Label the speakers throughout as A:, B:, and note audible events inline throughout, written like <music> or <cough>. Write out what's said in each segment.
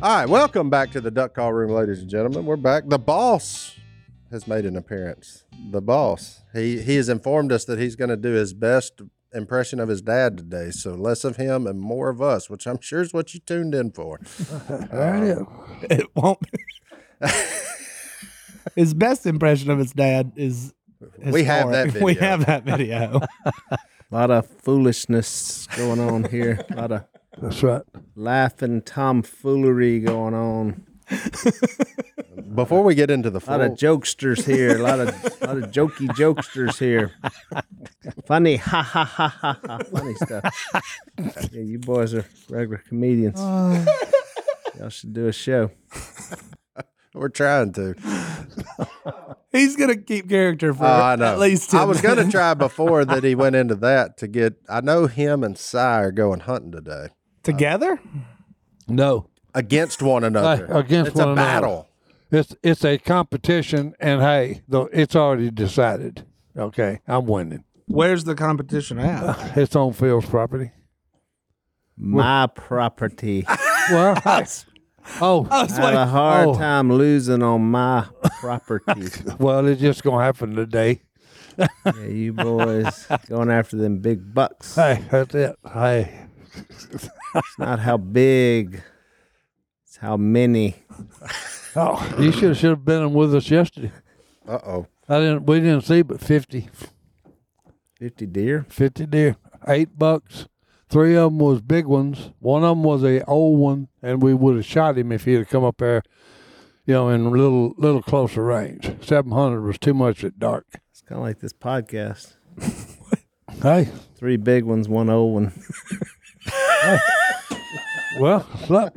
A: All right, welcome back to the Duck Call Room, ladies and gentlemen. We're back. The boss has made an appearance. The boss. He he has informed us that he's going to do his best impression of his dad today. So less of him and more of us, which I'm sure is what you tuned in for.
B: It won't. Be.
A: <laughs>
B: his best impression of his dad is.
A: We have that
B: historic. <laughs> We
A: video.
B: have that video.
C: A lot of foolishness going on
D: <laughs>
C: here. A lot of
D: That's right.
C: laughing tomfoolery going on.
A: Before we get into the
C: A lot of
D: Oh.
A: full,
C: jokesters here. A lot of lot of jokey jokesters
D: <laughs>
C: here. Funny, ha ha ha ha ha. Funny stuff.
D: <laughs>
C: Yeah, you boys are regular comedians.
D: Uh.
C: Y'all should do a show.
A: we're trying to.
B: He's gonna keep character for
A: Oh, I know.
B: at least.
A: I
B: 10
A: was going to
B: minutes.
A: try before that he went into that to get. I know him and Cy are going hunting today
B: together.
D: No,
A: against one another.
D: Uh, against
A: it's
D: one
A: a
D: another.
A: battle.
D: it's it's a competition, and hey, though it's already decided. Okay, I'm winning.
B: Where's the competition at?
D: It's on Phil's property.
C: My
D: <laughs>
C: property.
D: Well, I- oh,
B: I was
C: I have a
B: like,
C: hard
D: oh.
C: time losing on my
D: <laughs>
C: property.
D: well, it's just gonna happen today.
C: Yeah, you boys going after them big bucks.
D: Hey, that's it. Hey,
C: Not how big, it's how many.
D: oh, you should should have been with us yesterday.
A: Uh oh.
D: I didn't. We didn't see but 50,
C: 50 deer.
D: 50 deer, eight bucks. Three of them was big ones. One of them was a old one, and we would have shot him if he had come up there, you know, in little little closer range. Seven hundred was too much at dark.
C: It's kind of like this podcast.
D: Hey,
C: Three big ones, one old one. <laughs>
D: well,
A: <laughs>
D: look. what?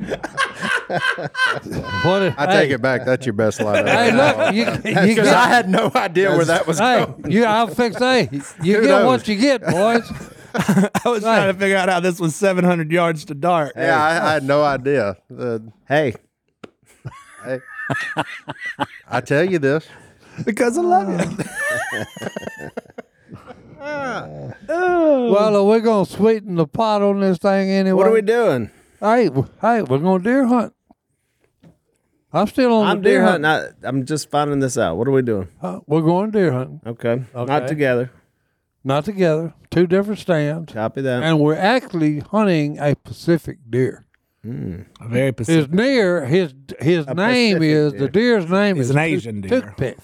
D: If,
A: I
D: hey,
A: take it back. That's your best line.
D: Hey, look, you,
A: <laughs>
D: you
A: Because I
D: get.
A: had no idea where that was
D: <laughs> Hey,
A: going.
D: you, I'll fix. Hey, you
A: Who
D: get
A: knows?
D: what you get, boys.
B: <laughs> I was trying to figure out how this was 700 yards to dark.
A: Yeah, I, I had no idea. Uh,
C: Hey,
A: I tell you this.
B: Because I love
A: <laughs>
B: you.
D: Well, are we gonna sweeten the pot on this thing anyway?
C: what are we doing?
D: Hey, w- hey, we're gonna deer hunt. I'm still on.
C: I'm
D: the
C: deer hunting. I, I'm just finding this out. What are we doing?
D: Uh, we're going deer hunting,
C: Okay.
D: Okay.
C: Not together.
D: not together. Two different stands,
C: Copy that.
D: and we're actually hunting a Pacific deer.
B: Very
D: His
B: Pacific.
D: deer, his his name
C: Pacific
D: is the deer's name
B: He's
D: is
B: an
D: Tuk-
B: Asian deer.
D: Toothpick.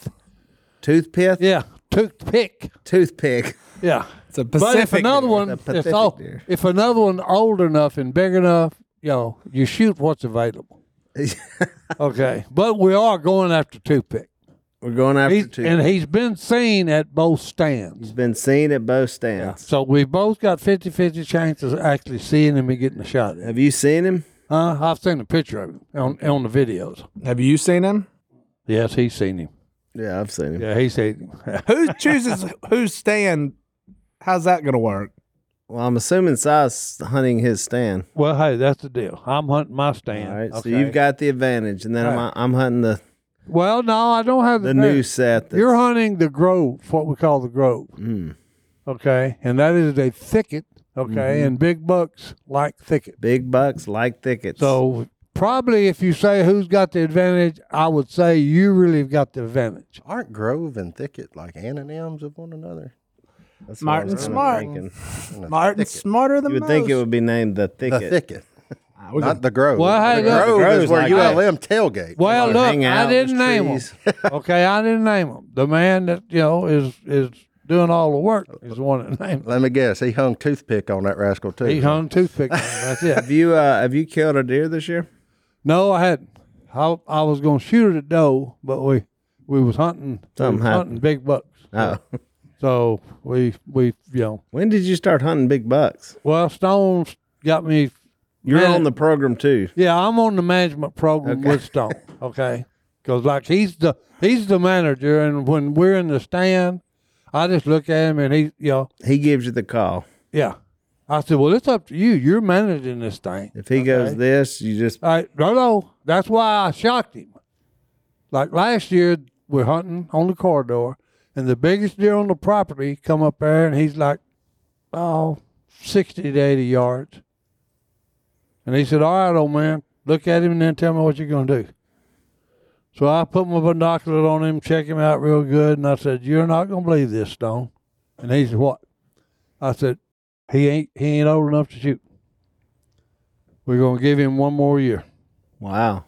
C: Toothpick.
D: Yeah, toothpick.
C: Toothpick. <laughs>
D: Yeah.
B: It's a
D: But
B: Pacific.
D: if another
B: deer.
D: one,
C: A
D: if,
C: Pacific
D: all,
C: deer.
D: if another one old enough and big enough, you know, you shoot
C: <laughs>
D: what's available. okay, but we are going after toothpick.
C: We're going after
D: He's,
C: two.
D: and he's been seen at both stands.
C: He's been seen at both stands.
D: So we both got 50 50 chances of actually seeing him and getting a shot at him.
C: Have you seen him?
D: Huh? I've seen a picture of him on, on the videos.
B: Have you seen him?
D: Yes, he's seen him.
C: Yeah, I've seen him.
D: Yeah, he's seen him.
B: Who chooses who's stand? How's that going to work?
C: Well, I'm assuming Si's hunting his stand.
D: <laughs> well, hey, that's the deal. I'm hunting my
C: All
D: stand.
C: right. So
D: Okay.
C: you've got the advantage, and then I'm, I'm hunting the,
D: Well, no, I don't have the,
C: the
D: nerve.
C: new set. That's,
D: You're hunting the grove, what we call the grove.
C: Mm.
D: Okay. And that is a thicket. Okay.
C: Mm-hmm.
D: And big bucks like thicket.
C: Big bucks like thickets.
D: So probably if you say who's got the advantage, I would say you really have got the advantage.
A: Aren't Grove and Thicket like antonyms of one another?
C: That's what I was
B: Martin
C: kinda
B: Smart.
C: thinking.
B: Martin's smarter than
C: You would think it
B: most.
C: would be named the
A: The
C: thicket.
A: Thicket, not the Grove.
D: Well, hey,
A: the
D: look-
A: Grove
C: Grove's
A: is where
C: like-
A: ULM tailgate.
D: Well,
C: They
D: look,
C: hang out
D: I
C: in
D: didn't
C: the
D: name him.
C: trees. <laughs>
D: okay, I didn't name him. The man that you know is is doing all the work is the one that named him.
A: Let me guess. He hung toothpick on that rascal too.
D: He hung toothpick. on him, That's
C: Have <laughs>
D: it.
C: you uh, have you killed a deer this year?
D: No, I hadn't. I, I was gonna shoot at a doe, but we we was hunting. we
C: Something
D: was hunting big bucks.
C: Oh,
D: So we we you know
C: <laughs> When did you start hunting big bucks?
D: well Stone's got me
C: You're
D: Man,
C: on the program too.
D: Yeah, I'm on the management program with Stone. Okay, because like he's the he's the manager, and when we're in the stand, I just look at him and he, you know,
C: He gives you the call.
D: yeah. I said, well, it's up to you. You're managing this thing.
C: If he goes this, you just
D: All right, Uh, no, no. That's why I shocked him. Like last year, we're hunting on the corridor, and the biggest deer on the property come up there, and he's like, oh, 60 to 80 yards. And he said, all right, old man, look at him and then tell me what you're going to do. So I put my binoculars on him, check him out real good, and I said, you're not going to believe this, Stone. And he said, what? I said, he ain't, he ain't old enough to shoot. We're going to give him one more year.
C: wow.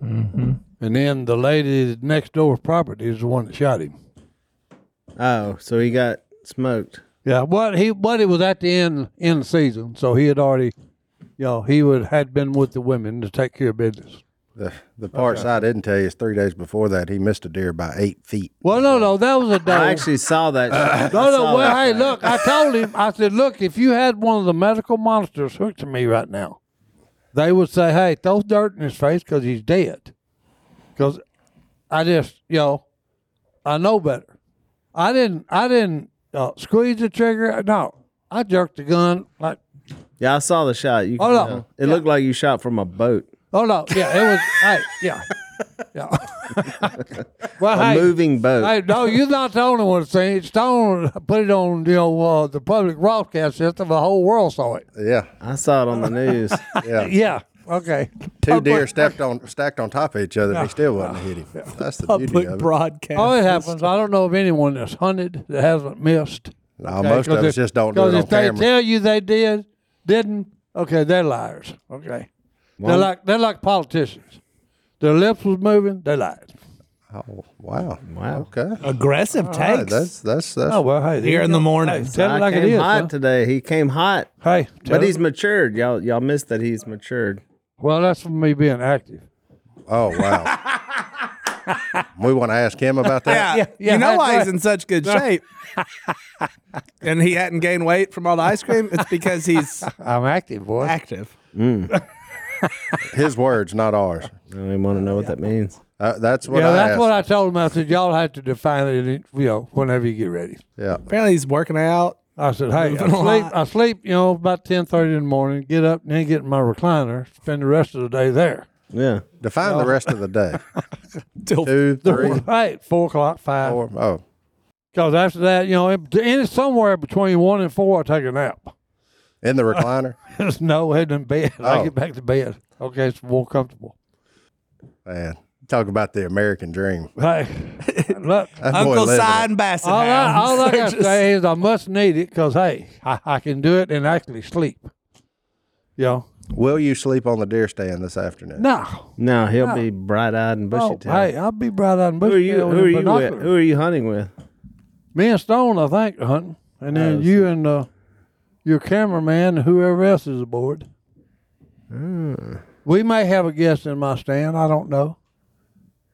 D: And then the lady next door property is the one that shot him.
C: Oh, so he got smoked.
D: Yeah, but he but it was at the end end of season, so he had already, you know, he would had been with the women to take care of business.
A: The the parts I didn't tell you is three days before that he missed a deer by eight feet.
D: Well, no, no, that was a dog.
C: I actually saw
D: <laughs>
C: that. shit. I
D: Oh.
C: saw
D: no, no. Well,
C: that
D: hey,
C: shit.
D: look, I told him. I said, look, if you had one of the medical monsters hooked to me right now, they would say, hey, throw dirt in his face because he's dead. Because I just, you know, I know better. I didn't, I didn't uh, squeeze the trigger. No, I jerked the gun like,
C: Yeah, I saw the shot. You can
D: Hold on.
C: tell. It looked like you shot from a boat,
D: oh no, yeah, it was, hey, yeah, yeah. <laughs> well,
C: a
D: hey,
C: moving boat.
D: Hey, no, you're not the only one saying it. Stone put it on, you know, uh, the public broadcast system. The whole world saw it.
A: Yeah,
C: I saw it on
D: <laughs>
C: the news.
A: yeah.
D: Yeah. Okay.
A: Two deer stacked on stacked on top of each other. and He still wasn't hit him.
D: <laughs>
A: That's the beauty
B: Public
A: of it.
B: broadcast.
D: Oh, it happens. I don't know of anyone that's hunted that hasn't missed.
A: No, most of us just don't do it
D: Because
A: on
D: if they
A: camera.
D: tell you they did, didn't, okay, they're liars. Okay. they're like they're like politicians. Their lips was moving. They lied.
A: oh, wow,
C: Wow.
A: okay.
B: Aggressive
A: All right,
B: takes.
A: that's that's that's
D: Oh well, hey. there
B: Here
D: you
B: in the
D: go.
B: morning.
D: Hey, tell
C: I
D: it like
C: came
D: it is.
C: hot
D: huh?
C: today. He came hot,
D: Hey, tell
C: but he's
D: it-
C: matured. Y'all, y'all missed that he's matured.
D: well. That's from me being active.
A: oh wow. we want to ask him about
B: yeah,
A: that.
D: Yeah, yeah,
B: you know
D: that's
B: why he's
D: right.
B: in such good shape.
D: <laughs>
B: and he hadn't gained weight from all the ice cream. It's because he's
D: I'm <laughs> active, boy.
B: active.
A: His words, not ours.
C: I don't even want to know what that means.
A: Uh, that's what
D: yeah,
A: I
D: that's
A: asked.
D: what I told him. I said, y'all have to define it, in- you know, whenever you get ready.
A: yeah.
B: Apparently, he's working out.
D: I said, hey, I
B: Moving on.
D: sleep, I sleep, you know, about 10.30 in the morning, get up, and then get in my recliner, spend the rest of the day there. <laughs>
C: Yeah,
A: Define the rest of the day.
B: Till-
A: Two, three,
D: Right, 4 o'clock, 5.
A: four. Oh,
D: Because after that, you know, it, and it's somewhere between 1 and 4, I take a nap. <laughs>
A: in the recliner.
D: There's no heading in bed. I
A: Oh.
D: get back to bed. Okay, it's more comfortable.
A: Man, talk about the American dream. <laughs>
D: Hey, look,
A: That boy
B: Uncle
A: lived it.
B: Sign Bassett.
D: all I,
B: hounds
D: all
A: <laughs>
D: I
B: are
E: <laughs>
D: got to
B: just-
D: say is I must need it because, hey, I, I can do it and actually sleep. You know?
A: Will you sleep on the deer stand this afternoon?
D: No.
C: no, he'll be bright eyed and bushy
D: Oh,
C: tailed.
D: hey, I'll be bright eyed and
C: who
D: bushy
C: are you?
D: tailed
C: Who are
D: with
C: you with?
D: binoculars.
C: Who are you hunting with?
D: Me and Stone, I think, are hunting, and then
C: Oh,
D: you and uh, your cameraman, and whoever else is aboard.
C: Hmm.
D: We may have a guest in my stand. I don't know.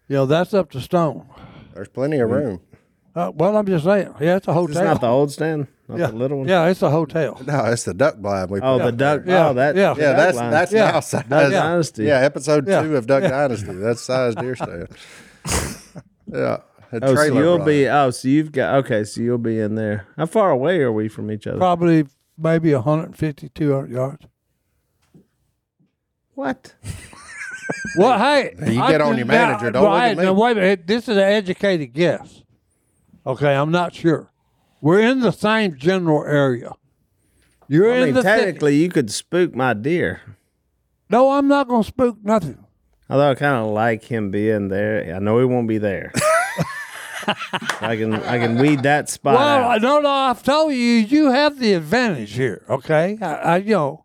D: You know, that's up to Stone.
A: There's plenty of room.
D: Uh, well, I'm just saying. Yeah, it's a hotel.
C: It's not the old stand, not
D: yeah.
C: the little one.
D: Yeah, it's a hotel.
A: No, it's the duck blind. We
C: Oh,
A: put
C: the
A: up
C: duck.
D: Yeah,
C: Oh, that.
D: yeah.
C: the
A: Yeah,
C: duck
A: that's
C: line.
A: that's
D: Yeah.
A: now size.
C: Duck Dynasty.
A: Yeah, episode
D: Yeah.
A: two of Duck Dynasty. That's size deer stand. yeah. A
C: Oh, so
A: trailer
C: you'll
A: blind.
C: be. Oh, so you've got. Okay, so you'll be in there. How far away are we from each other?
D: Probably maybe 150, 200 yards.
C: What?
D: Well, hey,
A: You
D: I
A: get on
D: can-
A: your manager,
D: now,
A: don't look at
D: right, now,
A: me.
D: wait a minute. This is an educated guess. Okay, I'm not sure. We're in the same general area. You're
C: I
D: in
C: mean,
D: the city.
C: technically, you could spook my deer.
D: No, I'm not gonna spook nothing.
C: Although I kind of like him being there. I know he won't be
D: <laughs>
C: there. I can I can weed that spot
D: Well,
C: out.
D: no, no, I've told you, you have the advantage here. Okay, I, I you know.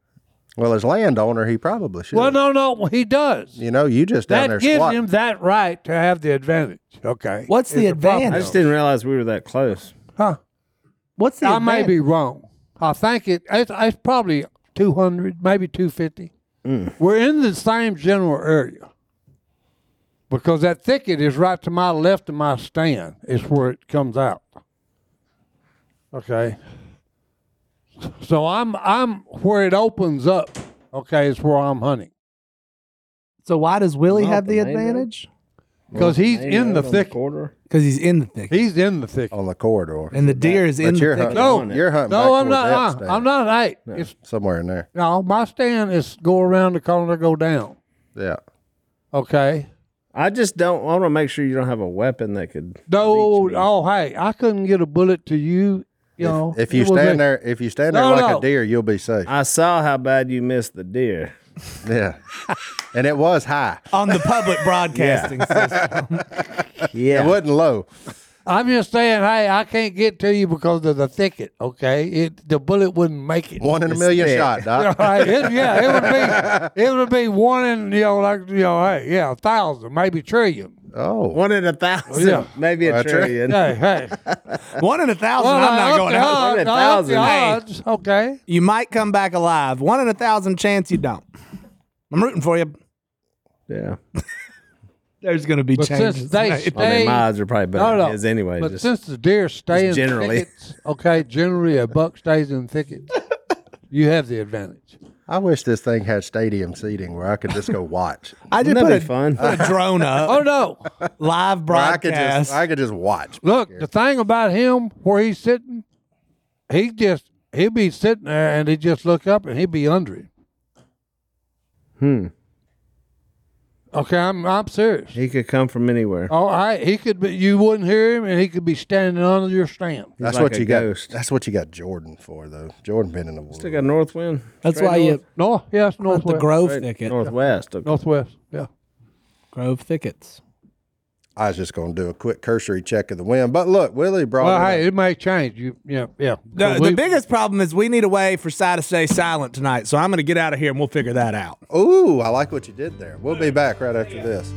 A: well as landowner. He probably should.
D: Well, no, no, he does.
A: You know, you just down
D: that
A: there
D: gives
A: squatting.
D: him that right to have the advantage. Okay,
B: What's the
D: It's a problem.
C: I
B: advantage?
C: just didn't realize we were that close.
D: Huh?
B: What's the
D: I may
B: advantage?
D: be wrong. I think it. It's, it's probably two hundred, maybe two fifty.
A: Mm.
D: We're in the same general area because that thicket is right to my left of my stand. Is where it comes out. Okay. So I'm I'm where it opens up. Okay, it's where I'm hunting
F: So why does Willie
C: Not
F: have
C: the
F: the
C: main
F: advantage?
D: because he's
C: Ain't
D: in
C: that
D: the
C: on
D: thick.
C: quarter.
E: because he's in the thick,
D: He's in the thick.
A: on the corridor.
E: and the deer is in
A: but
E: the
A: you're
E: thick.
A: hunting.
D: No,
A: you're hunting. Oh, back
D: No, I'm
A: towards
D: not.
A: that
D: Uh, I'm
A: stand.
D: not eight.
A: Yeah,
D: It's
A: somewhere in there.
D: no. My stand is go around the corner, go down.
A: Yeah.
D: Okay.
C: I just don't. I want to make sure you don't have a weapon that could.
D: No.
C: Reach me.
D: Oh, hey, I couldn't get a bullet to you. You know,
A: If you
D: it was
A: stand
D: a-
A: there, if you stand there
D: No,
A: like
D: no.
A: a deer, you'll be safe.
C: I saw how bad you missed the <laughs> deer.
A: Yeah. and it was
D: <laughs>
A: high.
E: on the
C: <laughs>
E: public broadcasting system.
A: It wasn't low.
D: I'm just saying, hey, I can't get to you because of the thicket. Okay, it the bullet wouldn't make it.
A: One in a
C: It's
A: million
C: thick.
A: shot.
D: <laughs> Yeah,
A: Doc.
D: <laughs> right. It- yeah, it would be it would be one in you know like you know hey yeah a thousand maybe trillion.
A: Oh.
C: One in a thousand,
D: Yeah.
C: <laughs> maybe a
A: Well, true.
C: trillion.
D: Hey hey,
E: One in a thousand.
D: Well, oh,
E: I'm
D: up
E: not going
D: the
E: out.
D: odds,
C: One in a
D: up the
C: thousand.
D: odds, Okay,
E: You might come back alive. One in a thousand chance you don't. I'm rooting for you.
C: Yeah.
E: There's going to be
D: But since
E: changes.
D: they
E: made.
C: I
D: Hey.
C: mean, my odds are probably better
D: No, no.
C: than his anyway.
D: but
C: just-
D: since the deer stay in
C: just generally.
D: thickets, okay, generally a buck stays in thickets. You have the advantage.
A: I wish this thing had stadium seating where I could just go watch.
D: <laughs>
E: I just
C: Wouldn't
E: put
C: that
E: a,
C: be fun?
E: put a drone
D: Oh
E: up,
D: no!
E: live
A: Where I could
E: broadcast.
A: just I could just watch.
D: Look, the thing about him where he's sitting, he just he'd be sitting there and he'd just look up and he'd be under him.
C: Hmm.
D: Okay, I'm I'm serious.
C: <laughs> He could come from anywhere.
D: All right, he could be. You wouldn't hear him, and he could be standing under your stand.
C: He's
A: That's
C: like
A: what
C: a
A: you
C: ghost.
A: got. That's what you got Jordan for though. Jordan been in the
C: Still got
A: woods.
C: north wind.
F: That's
C: Straight
F: why
C: north?
F: you
D: No, yes,
E: Hunt the
D: northwest.
E: grove
C: Right,
E: thicket.
C: Northwest. Okay.
D: northwest. Yeah.
F: grove thickets.
A: I was just gonna do a quick cursory check of the wind. But look, Willie brought
D: Well,
A: it up.
D: hey, it may change. You, yeah, yeah.
E: The,
D: We-
E: the biggest problem is we need a way for Cy to stay silent tonight. So I'm going to get out of here and we'll figure that out.
A: Ooh, I like what you did there. We'll be back right after this.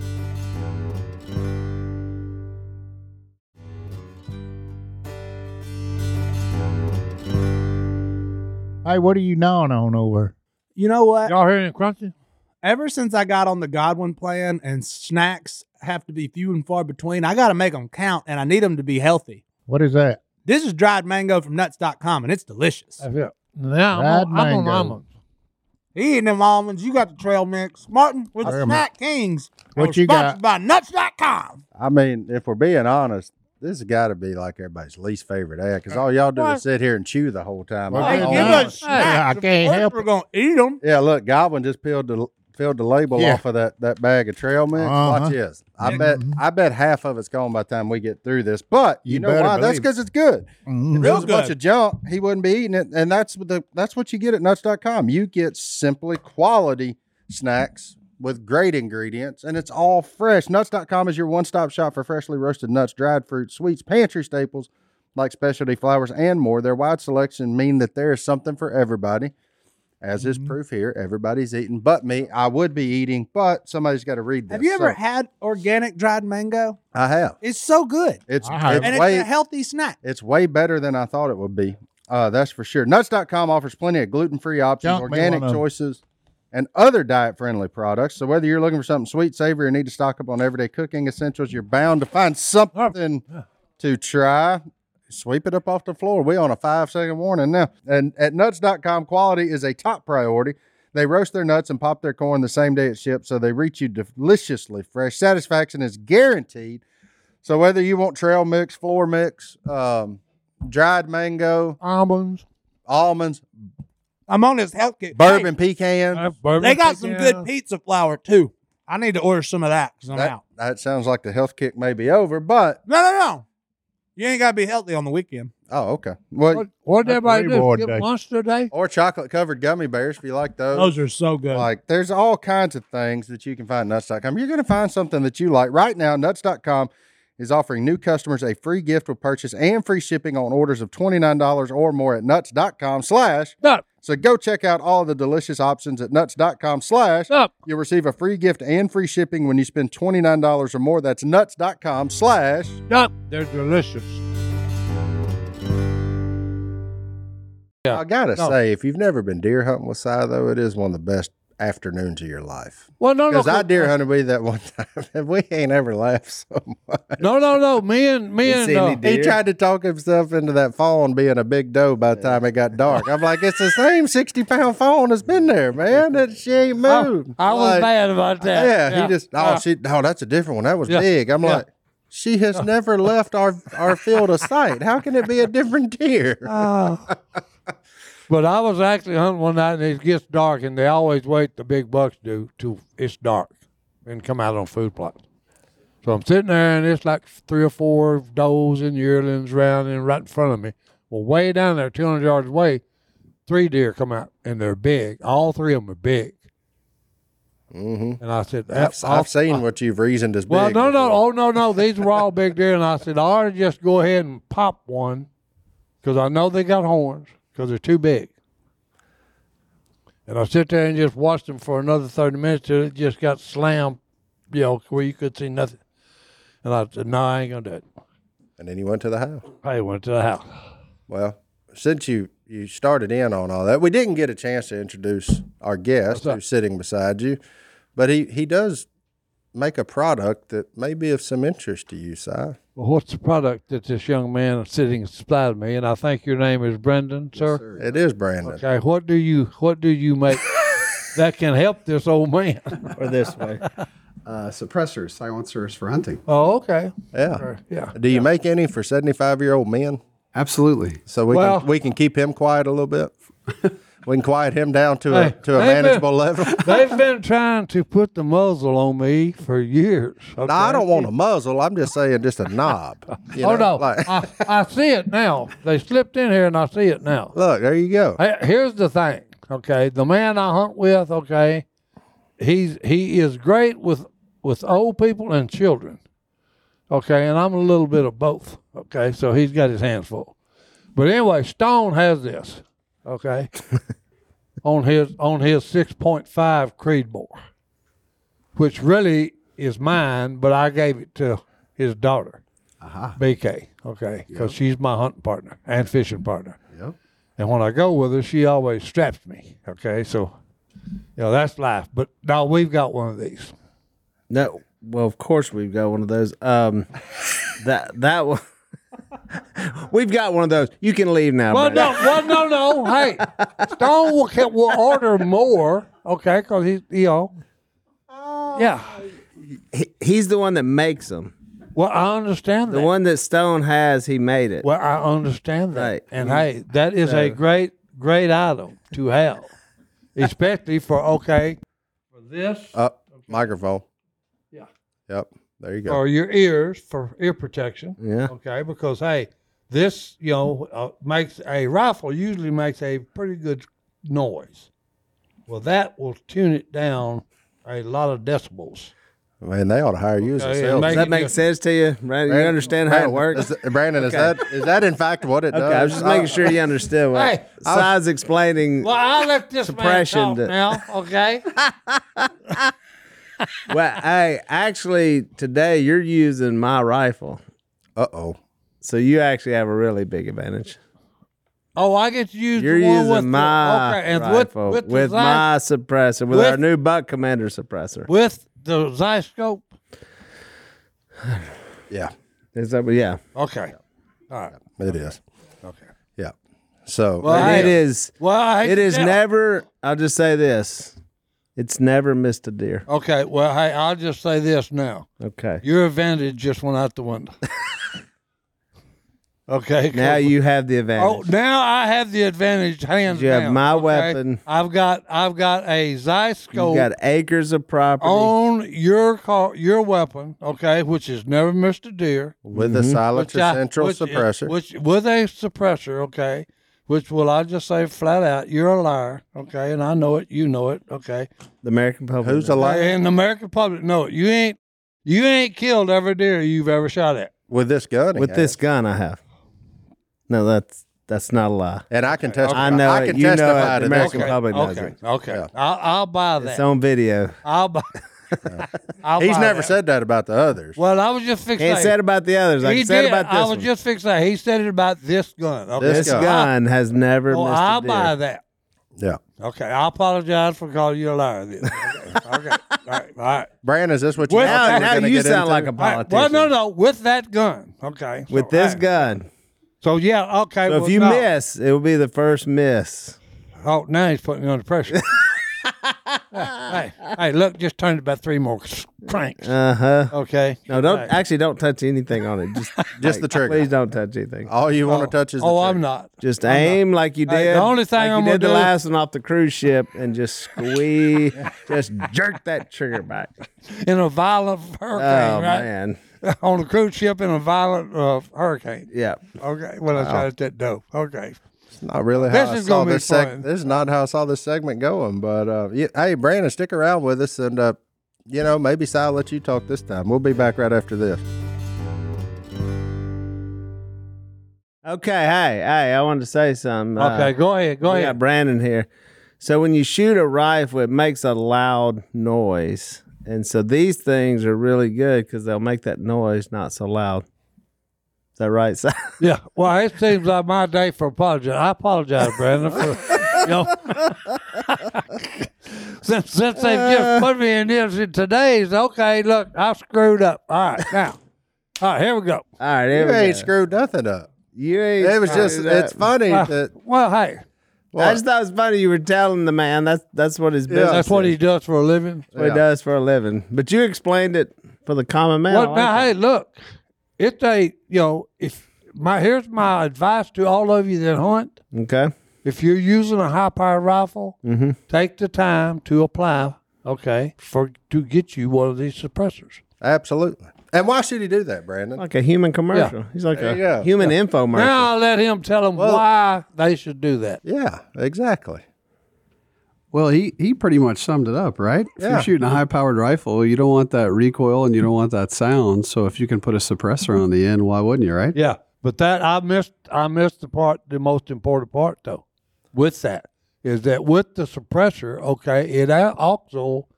G: Hey, what are you gnawing on over?
E: You know what?
D: y'all hearing it crunching?
E: Ever since I got on the Godwin plan and snacks have to be few and far between, I got to make them count and I need them to be healthy.
G: What is that?
E: This is dried mango from nuts.com and it's delicious.
D: That's it. Now
G: Dried
D: I'm on, I'm on
G: mango.
D: almonds.
E: He eating them almonds. You got the trail mix. Martin with the
G: Damn it.
E: Snack Kings.
G: What
E: We're
G: you
E: sponsored by nuts.com.
A: I mean, if we're being honest, this has got to be like everybody's least favorite ad because all y'all do is sit here and chew the whole time.
G: Well,
A: I
E: Hey,
G: Oh,
A: don't
E: give
G: no.
A: know.
E: us snacks.
G: Yeah, I
E: Of
G: can't
E: course
G: help
E: We're going to eat them.
A: <laughs> yeah, look, Godwin just peeled the peeled the label
G: Yeah.
A: off of that that bag of trail mix.
G: Uh-huh. Mm-hmm.
A: Watch this. I bet I bet half of it's gone by the time we get through this. But you,
G: You
A: know
G: better
A: why? That's
G: believe it.
A: because it's good.
G: Mhm.
A: If it
E: Real
A: was a bunch
E: good.
A: of junk, he wouldn't be eating it. And that's what the that's what you get at nuts.com. You get simply quality snacks with great ingredients and it's all fresh. Nuts.com is your one-stop shop for freshly roasted nuts, dried fruit, sweets, pantry staples like specialty flowers and more. Their wide selection mean that there is something for everybody. As is
E: Mm-hmm.
A: proof here, everybody's eating but me. I would be eating, but somebody's got to read this.
E: Have you ever
A: So,
E: had organic dried mango?
A: I have.
E: It's so good.
A: It's,
G: I have.
A: it's
E: And it's
A: way
E: a healthy snack.
A: It's way better than I thought it would be. Uh, that's for sure. Nuts.com offers plenty of gluten free options,
G: Junk may
A: organic
G: wanna-
A: choices, and other diet friendly products. So, whether you're looking for something sweet, savory, or need to stock up on everyday cooking essentials, you're bound to find something
G: Oh,
A: to try. Sweep it up off the floor. We on a five second warning now. And at nuts.com, quality is a top priority. They roast their nuts and pop their corn the same day it ships, so they reach you deliciously fresh. Satisfaction is guaranteed. So whether you want trail mix, floor mix, um, dried mango,
D: Almonds.
A: almonds,
E: I'm on this health kick.
A: bourbon pecan,
D: uh, bourbon
E: Oh, Hey, they got some
D: pecan.
E: good pizza flour too. I need to order some of that because I'm
A: that,
E: out.
A: that sounds like the health kick may be over, but
E: No, no, no. You ain't got to be healthy on the weekend.
A: oh, okay. Well,
D: What what'd
G: That's
D: everybody do?
G: reward
D: Get
G: day.
D: lunch today?
A: or chocolate covered gummy bears if you like those.
E: Those are so good.
A: Like, there's all kinds of things that you can find at nuts.com. You're going to find something that you like. Right now, nuts.com is offering new customers a free gift with purchase and free shipping on orders of $29 or more at nuts.com slash.
D: Nut.
A: So go check out all the delicious options at nuts.com slash.
D: Up.
A: You'll receive a free gift and free shipping when you spend $29 or more. That's nuts.com slash.
D: Up. They're delicious. Yeah.
A: I got to
D: No.
A: say, if you've never been deer hunting with Si, though, it is one of the best afternoons of your life?
D: Well, no, no,
A: Because I deer hunted with you that one <laughs> time, and we ain't ever laughed so much.
D: no, no, no. Me and me
C: You
D: and
C: see
D: uh,
C: any deer?
A: He tried to talk himself into that fawn being a big doe by the time it got dark. I'm like, it's the same 60 pound fawn that's been there, man. That she ain't
D: I,
A: moved.
D: Oh, I was
A: Like,
D: mad about that.
A: Yeah, he just, oh,
D: Uh,
A: she, oh, that's a different one. That was
D: Yeah,
A: big. I'm
D: yeah.
A: like, she has never left our, our field of sight. How can it be a different deer?
D: Uh, But I was actually hunting one night, and it gets dark, and they always wait the big bucks do till it's dark, and come out on food plots. So I'm sitting there, and it's like three or four does and yearlings around and right in front of me. Well, way down there, 200 yards away, three deer come out, and they're big. All three of them are big. Mm-hmm. And I said,
A: I've,
D: "That's
A: I've seen what you've reasoned as
D: uh, Well,
A: big.
D: no, no,
A: before.
D: oh no, no. These were all big deer, and I said I ought to just go ahead and pop one, because I know they got horns, because they're too big. And I sit there and just watched them for another thirty minutes till it just got slammed, you know, where you could see nothing. And I said, no, I ain't gonna do it.
A: And then he went to the house.
D: I went to the house.
A: Well, since you you started in on all that, we didn't get a chance to introduce our guest who's sitting beside you, but he he does make a product that may be of some interest to you, Si.
D: Well, what's the product that this young man sitting beside me? And I think your name is Brendan, sir.
A: It is Brandon.
D: Okay, what do you what do you <laughs> make that can help this old man?
C: or this way.
D: <laughs>
H: Uh, suppressors, silencers for hunting.
D: oh, okay,
A: Yeah.
D: yeah.
A: Do you make any for seventy five year old men?
H: Absolutely.
A: So we
D: Well-
A: can we can keep him quiet a little
D: <laughs>
A: bit. we can quiet him down to a
D: Hey,
A: to a
D: hey, man.
A: manageable
D: <laughs>
A: level.
D: They've been trying to put the muzzle on me for years.
A: No, I don't want a muzzle. I'm just saying, just a knob. you
D: oh
A: know,
D: no,
A: like-
D: I, I see it now. They slipped in here, and I see it now.
A: <laughs> look, there you go.
D: Hey, Here's the thing, okay? The man I hunt with, okay, he's he is great with with old people and children, okay. And I'm a little bit of both, okay. So he's got his hands full. But anyway, Stone has this, okay, on his on his six point five Creedmoor, which really is mine, but I gave it to his daughter, BK, okay, because she's my hunting partner and fishing partner. And when I go with her, she always straps me. Okay, so you know that's life. But now we've got one of these.
C: No, well, of course we've got one of those. Um,
D: <laughs>
C: that that one, <laughs> we've got one of those. You can leave now. <laughs>
D: Well,
C: Brandon.
D: no, well, no, no. Hey, Stone will, ca- will order more. Okay, because he's you know.
C: Oh.
D: Yeah.
C: He- he's the one that makes them.
D: Well, I understand
C: The
D: that.
C: one that Stone has, he made it.
D: well, I understand that.
C: Right.
D: And hey, that is a great, great item to have, especially for okay, for
C: Oh.
D: this
A: Up microphone.
D: Yeah.
A: Yep. There you go.
D: or your ears for ear protection.
C: Yeah,
D: Okay, because hey, this you know uh, makes a rifle usually makes a pretty good noise. Well, that will tune it down a lot of decibels.
A: Man, they ought to hire you as a
D: Okay, and
A: salesman.
D: make-
C: does that make sense to you, Brandon? You understand how it
A: Brandon,
C: works?
A: Is, Brandon, is that is that in fact what it does? Uh,
C: Okay, I was just making sure you understood what
D: Hey,
C: Si was explaining.
D: Well, I let this man
C: Suppression
D: talk
C: to-
D: now.
C: <laughs>
D: Okay,
C: Well, hey, actually, today you're using my rifle,
A: Uh oh.
C: so you actually have a really big advantage.
D: oh, I get to use
C: You're
D: the one with
C: using my
D: the, okay, and
C: rifle
D: with,
C: with,
D: with, the Zeiss-
C: my suppressor, with, our
D: with-
C: new Buck Commander suppressor.
D: with the Zyscope.
A: Yeah,
C: Is that what- yeah?
D: Okay, all right.
A: it is.
D: Okay.
A: Yeah. So
D: Well, I-
C: it is.
D: Well, I hate
C: It
D: to
C: is
D: tell-
C: never. I'll just say this. It's never missed a deer.
D: Okay, well, hey, I'll just say this now.
C: Okay.
D: Your advantage just went out
C: <laughs>
D: the window. okay.
C: Now
D: cool.
C: you have the
D: Oh,
C: advantage.
D: now I have the advantage. Hands
C: You have
D: down,
C: my
D: okay?
C: weapon.
D: I've got I've got a
C: you got
D: Zyscope
C: acres of property.
D: on your car, your weapon. Okay, which has never missed a deer.
A: with
C: mm-hmm.
A: the
D: Which
A: silencer
D: I-
A: central
D: which is-
A: suppressor,
D: which with a suppressor. Okay, which will I just say flat out, you're a liar. Okay, and I know it. You know it. Okay,
C: the American public.
A: who's a liar
D: and the American public know it. You ain't you ain't killed every deer you've ever shot at.
A: with this gun? he
C: with
A: has.
C: this gun I have? No, that's that's not a lie.
A: and I can testify.
C: I know
A: I
C: it.
A: can
C: You know
A: testify
C: it.
A: to
C: The
A: this.
C: American public knows
D: okay,
C: it.
D: okay.
A: Yeah.
D: I'll, I'll buy
C: It's
D: that.
C: on video. <laughs>
D: I'll buy. <laughs> I'll
A: He's
D: buy
A: never
D: that.
A: said that about the others.
D: Well, I was just
C: He
D: fixing.
C: ain't said about the others. I
D: he
C: said
D: did.
C: about this
D: I was
C: one.
D: just fixing. He said it about this gun. Okay.
C: this
A: gun.
C: gun has never
D: Well,
C: missed
D: Oh, I'll
C: a deer.
D: buy that.
A: Yeah.
D: Okay, I apologize for calling you a liar. Then. Okay,
C: <laughs>
D: okay. all right, all right.
A: Brand, is this what you
D: Well,
A: thought
D: now-
A: were
D: now
A: gonna
C: you
A: get
C: sound
A: into?
C: like a
D: All right, Well,
C: Politician.
D: no, no, with that gun. Okay, so,
C: With this
D: all right.
C: gun.
D: So yeah, okay.
C: So
D: well,
C: if you
D: no.
C: miss, it will be the first miss.
D: oh, now he's putting me
C: <laughs>
D: under pressure. hey, hey, hey, look, just turned about three more cranks.
C: Uh huh.
D: Okay.
C: No, don't
D: Right.
C: actually don't touch anything on it.
D: <laughs>
C: Just
A: Just the trigger.
C: Please don't touch anything.
A: All you
D: Oh,
A: want to touch is. the
D: Oh, I'm
A: trigger.
D: not.
C: Just aim like you did.
D: Hey, the only thing
C: like
D: I'm
C: you did
D: gonna
C: the
D: do-
C: last one off the cruise ship, and just
D: <laughs>
C: squeeze, just jerk that trigger back.
D: in a violent
C: Oh
D: hurricane, right?
C: man,
D: <laughs> On a cruise ship in a violent uh, hurricane.
C: yeah.
D: Okay, well, that's that's that dope. Okay,
A: Not really how this
D: This
A: I
D: is
A: saw
D: gonna be
A: this seg-
D: fun.
A: This is not how I saw this segment going. But uh, yeah, hey, Brandon, stick around with us, and uh, you know maybe Si will let you talk this time. We'll be back right after this.
C: Okay, hey, hey, I wanted to say something. Uh,
D: okay, go ahead, go
C: we
D: ahead.
C: got Brandon here. So when you shoot a rifle, it makes a loud noise, and so these things are really good because they'll make that noise not so loud. Is that right? <laughs> Si?
D: Yeah, well, it seems like my day for apology. I apologize, Brandon, for you know. <laughs> since since they've
C: Uh.
D: just put me in this in today's, okay, look, I screwed up. All right, now, all right, here we go.
C: All right,
A: You
C: there we
A: ain't
C: go.
A: screwed nothing up.
C: You ain't
A: It was
C: screwed
A: just
C: up.
A: it's funny
D: Uh,
A: that
D: well, hey,
C: I
A: well,
C: just thought it was funny you were telling the man that's that's what his business.
D: that's what
C: is.
D: he does for a living.
C: what
A: Yeah.
C: he does for a living. But you explained it for the common man.
D: Well,
C: I
D: now,
C: like
D: hey,
C: it.
D: look, it's a you know, if my here's my advice to all of you that hunt:
C: okay.
D: if you're using a high powered rifle,
C: Mhm.
D: take the time to apply. Okay, for to get you one of these suppressors.
A: absolutely. And why should he do that, Brandon?
C: Like a human commercial. He's like
A: There
C: a
A: you go.
C: human infomercial.
D: Now I'll let him tell them why they should do that.
A: Yeah, exactly.
H: Well, he, he pretty much summed it up, right? If
A: Yeah.
H: you're shooting a high powered rifle, you don't want that recoil and you don't want that sound. So if you can put a suppressor on the end, why wouldn't you, right?
D: Yeah, but that I missed. I missed the part, the most important part though. With that is that with the suppressor, okay, it a- also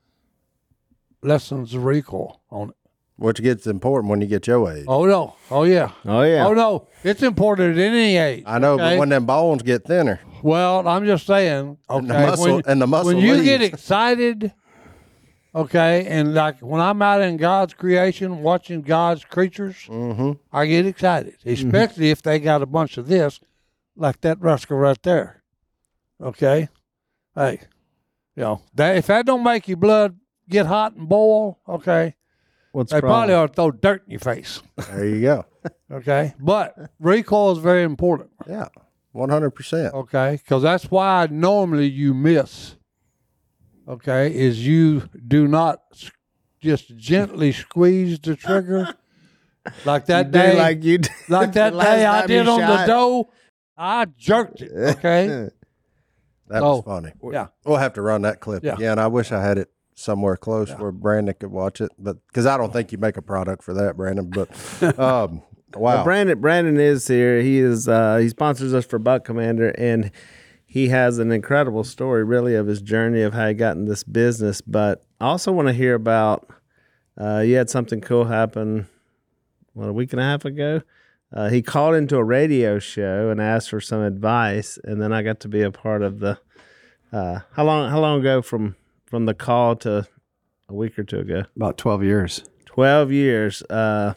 D: lessens the recoil on it.
A: Which gets important when you get your age.
D: Oh no! Oh yeah!
C: Oh yeah.
D: Oh no, it's important at any age.
A: I know,
D: okay?
A: but when them bones get thinner,
D: well, I'm just saying. Okay,
A: the muscle-
D: when,
A: and the muscle
D: when you get
A: leaves.
D: excited, okay, and like when I'm out in God's creation watching God's creatures,
A: Mm-hmm.
D: I get excited, especially if they got a bunch of this, like that rascal right there. Okay, hey, you know that if that don't make your blood get hot and boil, okay,
C: What's
D: they
C: the problem?
D: probably ought to throw dirt in your face.
A: there you go.
D: Okay, but recoil is very important.
A: Yeah, one hundred percent.
D: Okay, because that's why normally you miss. Okay, is you do not s- just gently squeeze
C: <laughs>
D: the trigger like that
C: You do
D: day, <laughs> like,
C: like you <laughs> did
D: that
C: last
D: day I
C: time you
D: did on the
C: shot.
D: dough. I jerked it.
C: <laughs>
D: Okay,
A: That
D: Oh.
A: was funny.
D: yeah,
A: We'll have to run that clip
D: Yeah.
A: again. I wish I had it somewhere close where Brandon could watch it, but because I don't think you make a product for that, Brandon.
C: <laughs>
A: But um, wow,
C: Well, Brandon Brandon is here. He is uh, he sponsors us for Buck Commander and he has an incredible story really of his journey of how he got in this business. But I also want to hear about uh, you had something cool happen what a week and a half ago. Uh, he called into a radio show and asked for some advice, and then I got to be a part of the. Uh, how long? How long ago from from the call to a week or two ago?
H: About 12 years.
C: 12 years. Uh,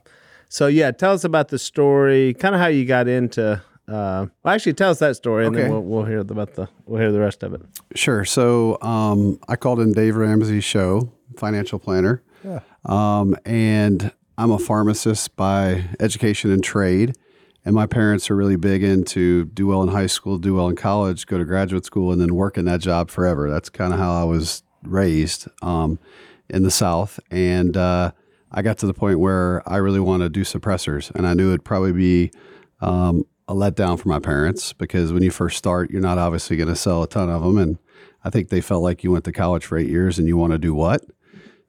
C: so, yeah, tell us about the story, kind of how you got into. Uh, well, actually, tell us that story, and then
H: Okay.
C: we'll, we'll hear about the we'll hear the rest of it.
H: Sure. So um, I called in Dave Ramsey's show, financial planner. Yeah. Um, and I'm a pharmacist by education and trade. And my parents are really big into do well in high school, do well in college, go to graduate school, and then work in that job forever. That's kind of how I was raised um, in the South. And uh, I got to the point where I really want to do suppressors. And I knew it'd probably be um, a letdown for my parents because when you first start, you're not obviously going to sell a ton of them. And I think they felt like you went to college for eight years and you want to do what?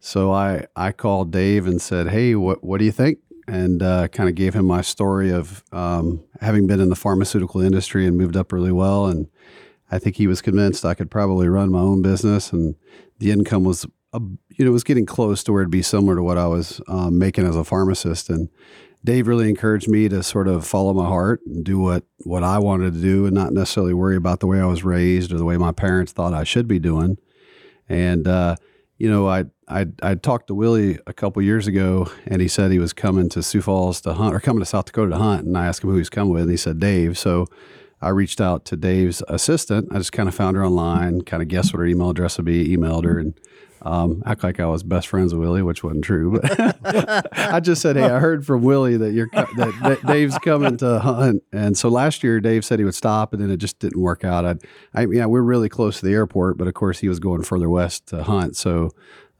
H: So I, I called Dave and said, Hey, what, what do you think? And uh, kind of gave him my story of um, having been in the pharmaceutical industry and moved up really well. And I think he was convinced I could probably run my own business. And the income was, a, you know, it was getting close to where it'd be similar to what I was um, making as a pharmacist. And Dave really encouraged me to sort of follow my heart and do what what I wanted to do and not necessarily worry about the way I was raised or the way my parents thought I should be doing. And uh, you know, I I I talked to Willie a couple years ago, and he said he was coming to Sioux Falls to hunt or coming to South Dakota to hunt. And I asked him who he's coming with, and he said Dave. So I reached out to Dave's assistant. I just kind of found her online, kind of guessed what her email address would be, emailed her, and um, act like I was best friends with Willie, which wasn't true. But <laughs> I just said, hey, I heard from Willie that you're co- that, that Dave's coming to hunt, and so last year Dave said he would stop, and then it just didn't work out. I, I yeah, we're really close to the airport, but of course he was going further west to hunt, so.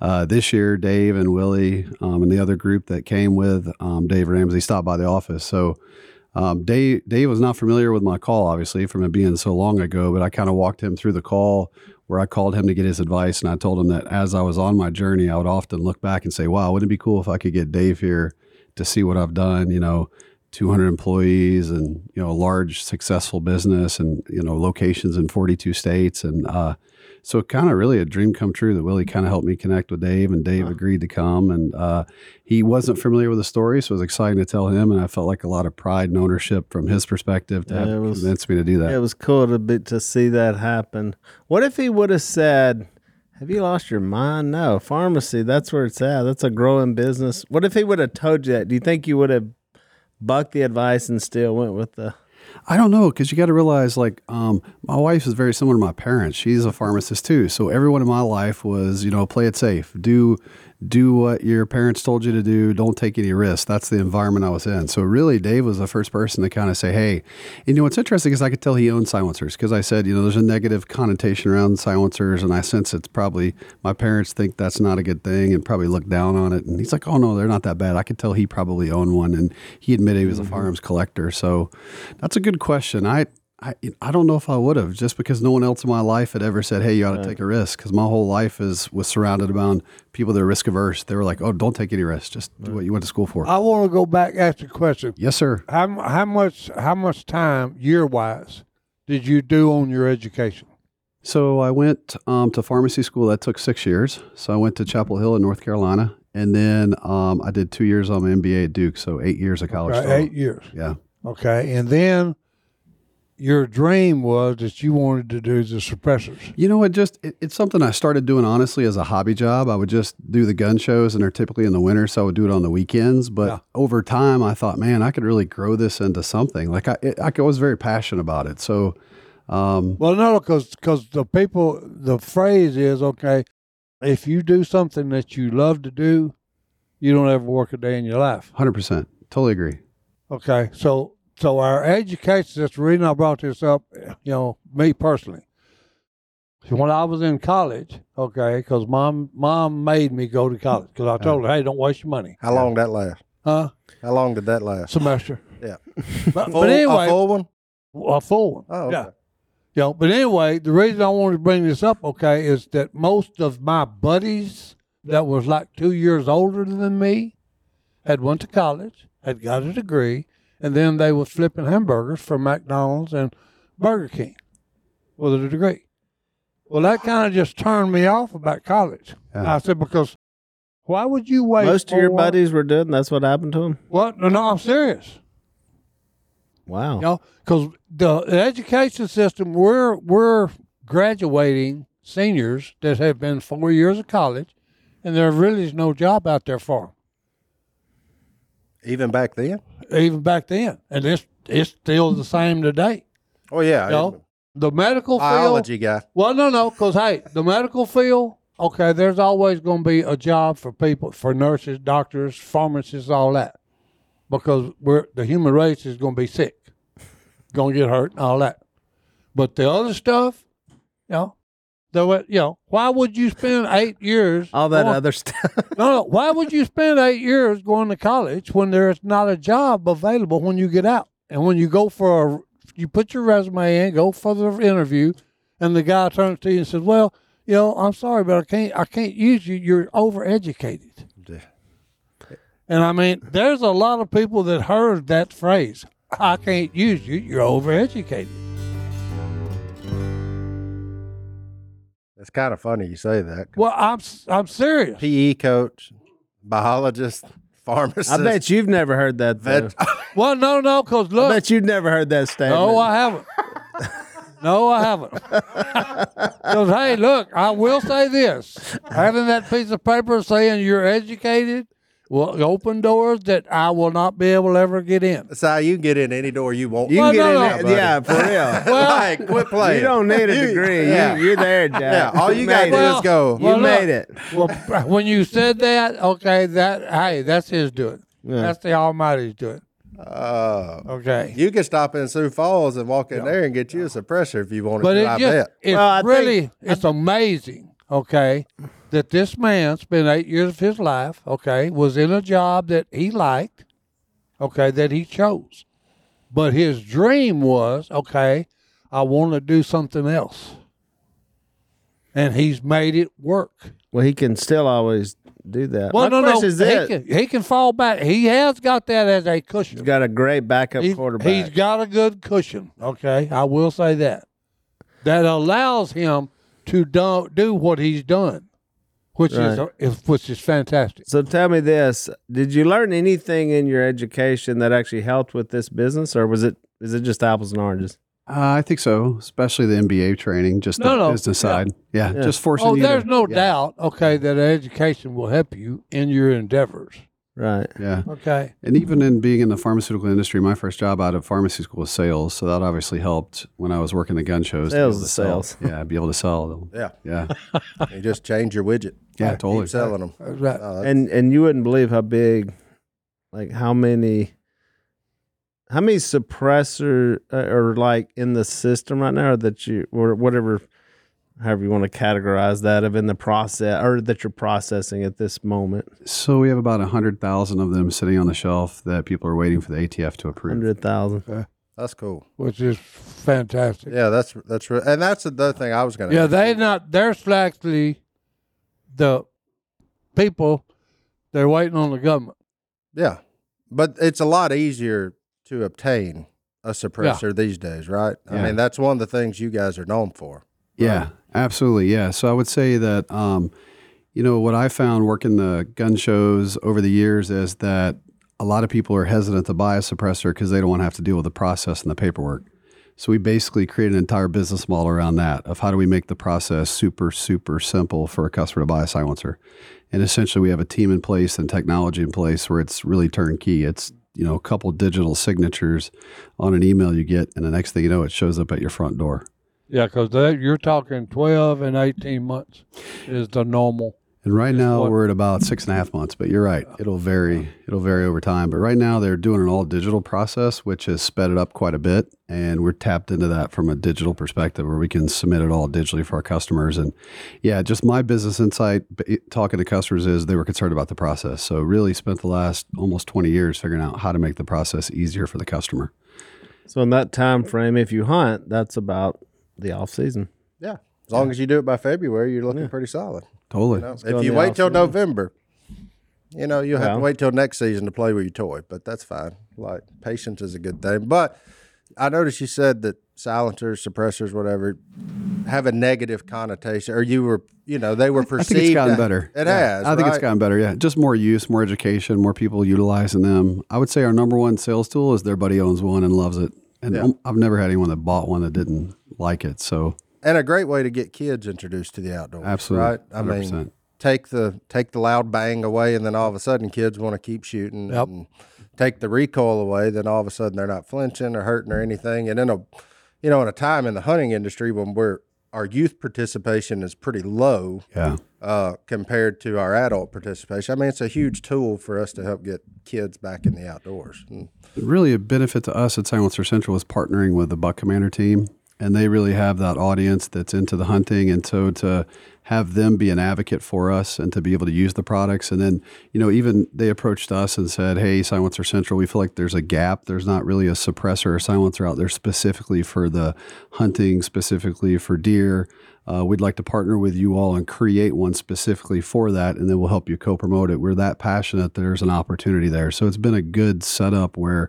H: Uh, this year, Dave and Willie um, and the other group that came with um, Dave Ramsey stopped by the office. So um, Dave, Dave was not familiar with my call, obviously, from it being so long ago, but I kind of walked him through the call where I called him to get his advice. And I told him that as I was on my journey, I would often look back and say, wow, wouldn't it be cool if I could get Dave here to see what I've done, you know, 200 employees and, you know, a large successful business and, you know, locations in 42 states. And, uh, so kind of really a dream come true that Willie kind of helped me connect with Dave and Dave agreed to come. And, uh, he wasn't familiar with the story, so it was exciting to tell him, and I felt like a lot of pride and ownership from his perspective to
C: Yeah,
H: have
C: it was-
H: convince me to do that.
C: It was cool to be, to see that happen. What if he would have said, "Have you lost your mind?" No, pharmacy. That's where it's at. That's a growing business. What if he would have told you that? Do you think you would have bucked the advice and still went with the?
H: I don't know because you got to realize, like, um, my wife is very similar to my parents. She's a pharmacist too, so everyone in my life was, you know, play it safe, do do what your parents told you to do, don't take any risks. That's the environment I was in. So really, Dave was the first person to kind of say, "Hey," you know, what's interesting is I could tell he owned silencers because I said, you know, there's a negative connotation around silencers, and I sense it's probably my parents think that's not a good thing and probably look down on it. And he's like, "Oh no, they're not that bad." I could tell he probably owned one, and he admitted he was a firearms collector. So. That's a good question. I I, I don't know if I would have just because no one else in my life had ever said, "Hey, you ought to take a risk." Because my whole life is was surrounded around people that are risk averse. They were like, "Oh, don't take any risks. Just do what you went to school for."
D: I want to go back ask the question.
H: yes, sir.
D: How mu- how much how much time year wise did you do on your education?
H: So I went um, to pharmacy school. That took six years. So I went to Chapel Hill in North Carolina, and then um, I did two years on my MBA at Duke. Oh, So eight years of college.
D: Right,
H: total.
D: Uh, eight years.
H: Yeah.
D: Okay, and then your dream was that you wanted to do the suppressors.
H: You know, it just it, it's something I started doing honestly as a hobby job. I would just do the gun shows, and they're typically in the winter, so I would do it on the weekends. But
D: Yeah.
H: over time, I thought, man, I could really grow this into something. Like I, it, I was very passionate about it. So, um,
D: Well, no, because the people the phrase is okay. If you do something that you love to do, you don't ever work a day in your life.
H: hundred percent, totally agree.
D: Okay, so so our education. That's the reason I brought this up. You know, me personally. When I was in college, okay, because mom mom made me go to college because I told her, hey, don't waste your money,
A: How long that last?
D: huh?
A: How long did that last?
D: Semester.
A: Yeah.
D: But,
A: Full-
D: but anyway,
A: a full one.
D: a full one.
A: Oh, okay.
D: uh, yeah. You know, but anyway, the reason I wanted to bring this up, okay, is that most of my buddies that was like two years older than me had went to college, had got a degree, and then they was flipping hamburgers for McDonald's and Burger King with a degree. Well, that kind of just turned me off about college.
H: Yeah.
D: I said because why would you wait?
C: Most of your
D: for-
C: buddies were doing. That's what happened to him.
D: What? No, no, I'm serious.
C: Wow.
D: You know, because the education system, we're we're graduating seniors that have been four years of college, and there really is no job out there for
A: Even back then.
D: them, even back then, and it's it's still the same today.
A: Oh yeah.
D: You know, the medical field.
A: biology guy.
D: Well, no, no, because hey, the medical field. Okay, there's always going to be a job for people, for nurses, doctors, pharmacists, all that, because we're the human race is going to be sick, going to get hurt, and all that. But the other stuff, you know, the way- you know, why would you spend eight years
C: All that
D: going-
C: other <laughs> stuff.
D: No, no, why would you spend eight years going to college when there's not a job available when you get out, and when you go for a, you put your resume in, go for the interview, and the guy turns to you and says, "Well, you know, I'm sorry, but I can't, I can't use you. You're overeducated." And I mean, there's a lot of people that heard that phrase, "I can't use you. You're overeducated."
A: It's kind of funny you say that.
D: Well, I'm s- I'm serious.
A: PE coach, biologist, <laughs> pharmacist.
C: I bet you've never heard that. Though.
A: Vet-
D: Well, no, no, because
C: I
D: look.
C: bet you've never heard that statement.
D: No, I haven't. No, I haven't. <laughs> Because hey, look, I will say this: having that piece of paper saying you're educated will open doors that I will not be able to ever get in.
A: <laughs> That's how you can get in any door you want.
C: You
A: <laughs>
D: Well,
C: can get
D: no,
C: in
D: no.
C: there. Yeah, for <laughs> real.
D: Well,
A: like, quit playing.
C: you don't need a
A: <laughs> You-
C: degree.
A: yeah.
C: You, you're there, Jack.
A: yeah, all you got to
C: made
A: do
C: it.
A: is go.
C: You
D: Well, look.
C: made it.
D: well, when you said that, okay, that hey, that's his doing. That's the Almighty's doing.
A: Uh,
D: Okay,
A: you can stop in Sioux Falls and walk in there and get you a suppressor if you wanted
D: but
A: to.
D: it
A: I
D: just,
A: bet.
D: it's
A: <laughs>
C: Well, I think-
D: really it's amazing. Okay, that this man spent eight years of his life. Okay, was in a job that he liked. Okay, that he chose, but his dream was okay. I want to do something else, and he's made it work.
C: Well, he can still always do that.
D: Well,
C: My
D: no, no,
C: question is
D: he
C: this:
D: can, he can fall back. He has got that as a cushion.
C: He's got a great backup
D: He's-
C: quarterback.
D: He's got a good cushion. Okay, I will say that. That allows him to do, do what he's done, which
C: Right.
D: is if, which is fantastic.
C: so tell me this: Did you learn anything in your education that actually helped with this business, or was it is it just apples and oranges?
H: Uh, I think so, especially the MBA training, just
D: No,
H: the
D: no,
H: business
D: yeah.
H: side. Yeah,
C: Yeah.
H: just forcing
D: Oh,
H: you.
D: there's
H: to,
D: no
H: yeah,
D: doubt. Okay, that education will help you in your endeavors.
C: Right.
H: Yeah,
D: Okay,
H: and even in being in the pharmaceutical industry, my first job out of pharmacy school was sales, so that obviously helped when I was working the gun shows. to be
C: Sales
H: able to
C: is
H: sell.
C: sales.
H: Yeah, be able to sell them.
A: Yeah,
C: <laughs>
H: Yeah,
A: you just change your widget.
H: yeah, totally.
A: Keep selling them.
D: that's right.
A: Uh,
C: and and you wouldn't believe how big, like how many, how many suppressor uh, or like in the system right now that you or whatever, however you want to categorize that of in the process or that you're processing at this moment.
H: So we have about hundred thousand of them sitting on the shelf that people are waiting for the ATF to approve.
C: Hundred thousand.
A: that's cool.
D: which is fantastic.
A: Yeah, that's that's re- and that's the thing I was gonna.
D: Yeah,
A: ask.
D: they not they're actually the people they're waiting on the government.
A: Yeah, but it's a lot easier to obtain a suppressor these days, right? I
H: Yeah.
A: mean, that's one of the things you guys are known for.
H: Yeah, absolutely. Yeah. So I would say that, um, you know, what I found working the gun shows over the years is that a lot of people are hesitant to buy a suppressor because they don't want to have to deal with the process and the paperwork. So we basically create an entire business model around that of how do we make the process super, super simple for a customer to buy a silencer. And essentially we have a team in place and technology in place where it's really turnkey. It's, you know, a couple digital signatures on an email you get, and the next thing you know, it shows up at your front door.
D: Yeah, because you're talking twelve and eighteen months is the normal.
H: And right now
D: what-
H: we're at about six and a half months, but you're right. It'll vary. It'll vary over time. But right now they're doing an all digital process, which has sped it up quite a bit. And we're tapped into that from a digital perspective where we can submit it all digitally for our customers. And yeah, just my business insight b- talking to customers is they were concerned about the process. So really spent the last almost 20 years figuring out how to make the process easier for the customer.
C: So in that time frame, if you hunt, that's about the off season.
A: Yeah, as long as you do it by February, you're looking pretty solid.
H: Totally.
A: You know,
C: go
A: if
C: in
A: you
C: the
A: wait till
C: off season.
A: November, you know you'll have to
C: Well.
A: wait till next season to play with your toy, but that's fine. Like patience is a good thing. But I noticed you said that silencers, suppressors, whatever, have a negative connotation, or you were, you know, they were
H: I
A: perceived.
H: think it's gotten
A: to-
H: better.
A: It
H: Yeah.
A: has.
H: I think it's
A: right?
H: gotten better. Yeah, just more use, more education, more people utilizing them. I would say our number one sales tool is their buddy owns one and loves it, and
A: Yeah.
H: I've never had anyone that bought one that didn't like it. So
A: and a great way to get kids introduced to the outdoors.
H: Absolutely.
A: right? I mean,
H: 100%.
A: take the take the loud bang away, and then all of a sudden, kids want to keep shooting.
D: Yep.
A: And take the recoil away, then all of a sudden they're not flinching or hurting or anything. And in a, you know, in a time in the hunting industry when we're our youth participation is pretty low
H: yeah,
A: uh, compared to our adult participation. I mean, it's a huge tool for us to help get kids back in the outdoors. And
H: really a benefit to us at Silencer Central is partnering with the Buck Commander team, and they really have that audience that's into the hunting, and so to have them be an advocate for us and to be able to use the products, and then you know even they approached us and said, "Hey, Silencer Central, we feel like there's a gap. There's not really a suppressor or silencer out there specifically for the hunting, specifically for deer." Uh, we'd like to partner with you all and create one specifically for that, and then we'll help you co-promote it. We're that passionate. There's an opportunity there, so it's been a good setup where,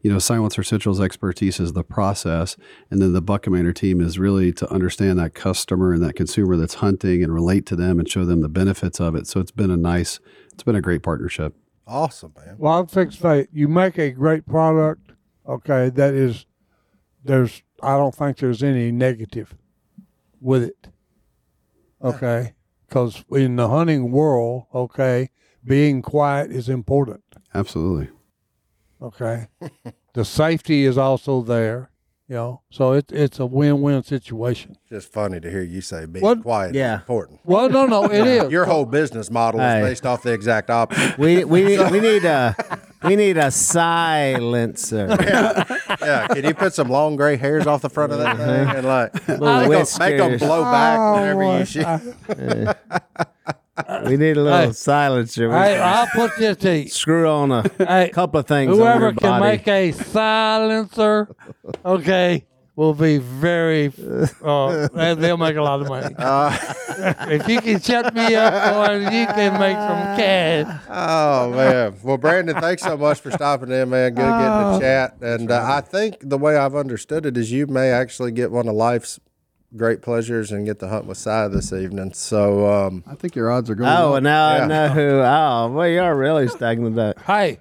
H: you know, Silencer Central's expertise is the process, and then the Buck Commander team is really to understand that customer and that consumer that's hunting and relate to them and show them the benefits of it. So it's been a nice, it's been a great partnership.
A: Awesome, man.
D: Well, I'm fixed to say you make a great product. Okay, that is there's I don't think there's any negative with it. Okay, because in the hunting world, okay, being quiet is important.
H: Absolutely.
A: <laughs>
D: Okay, the safety is also there. You know, so it, it's a win-win situation.
A: Just funny to hear you say being
D: What-
A: quiet
C: Yeah.
A: is important.
D: Well, no,
A: <laughs>
D: no, it is.
A: Your whole business model
C: Hey.
A: is based off the exact opposite.
C: We
D: <laughs>
C: we we need a we need a silencer.
A: yeah, can you put some long gray hairs off the front of that thing and like make
C: Uh-huh. <laughs> Little
A: 'em- make them
C: whiskers.
A: blow back whenever
D: Oh, boy.
A: you shoot?
C: We need a little
D: Hey.
C: silencer. We
D: Hey,
C: can
D: I'll put this
A: <laughs>
D: to you.
C: screw on a
D: Hey,
C: couple of things. on
D: Whoever
C: your
D: can
C: body.
D: make a silencer,
A: <laughs>
D: okay, will be very. Uh, they- they'll make a lot of money.
A: Uh.
D: <laughs> if you can shut me up, boy, you can make some cash.
A: Oh man! Well, Brandon, thanks so much for stopping in, man. Good getting to chat. And uh, I think the way I've understood it is you may actually get one of life's great pleasures and get to hunt with Si this evening. So um,
H: I think your odds are going.
C: Oh,
H: up.
C: and now
A: Yeah.
C: I know who. Oh, well, you're really stagnant up.
D: Hey,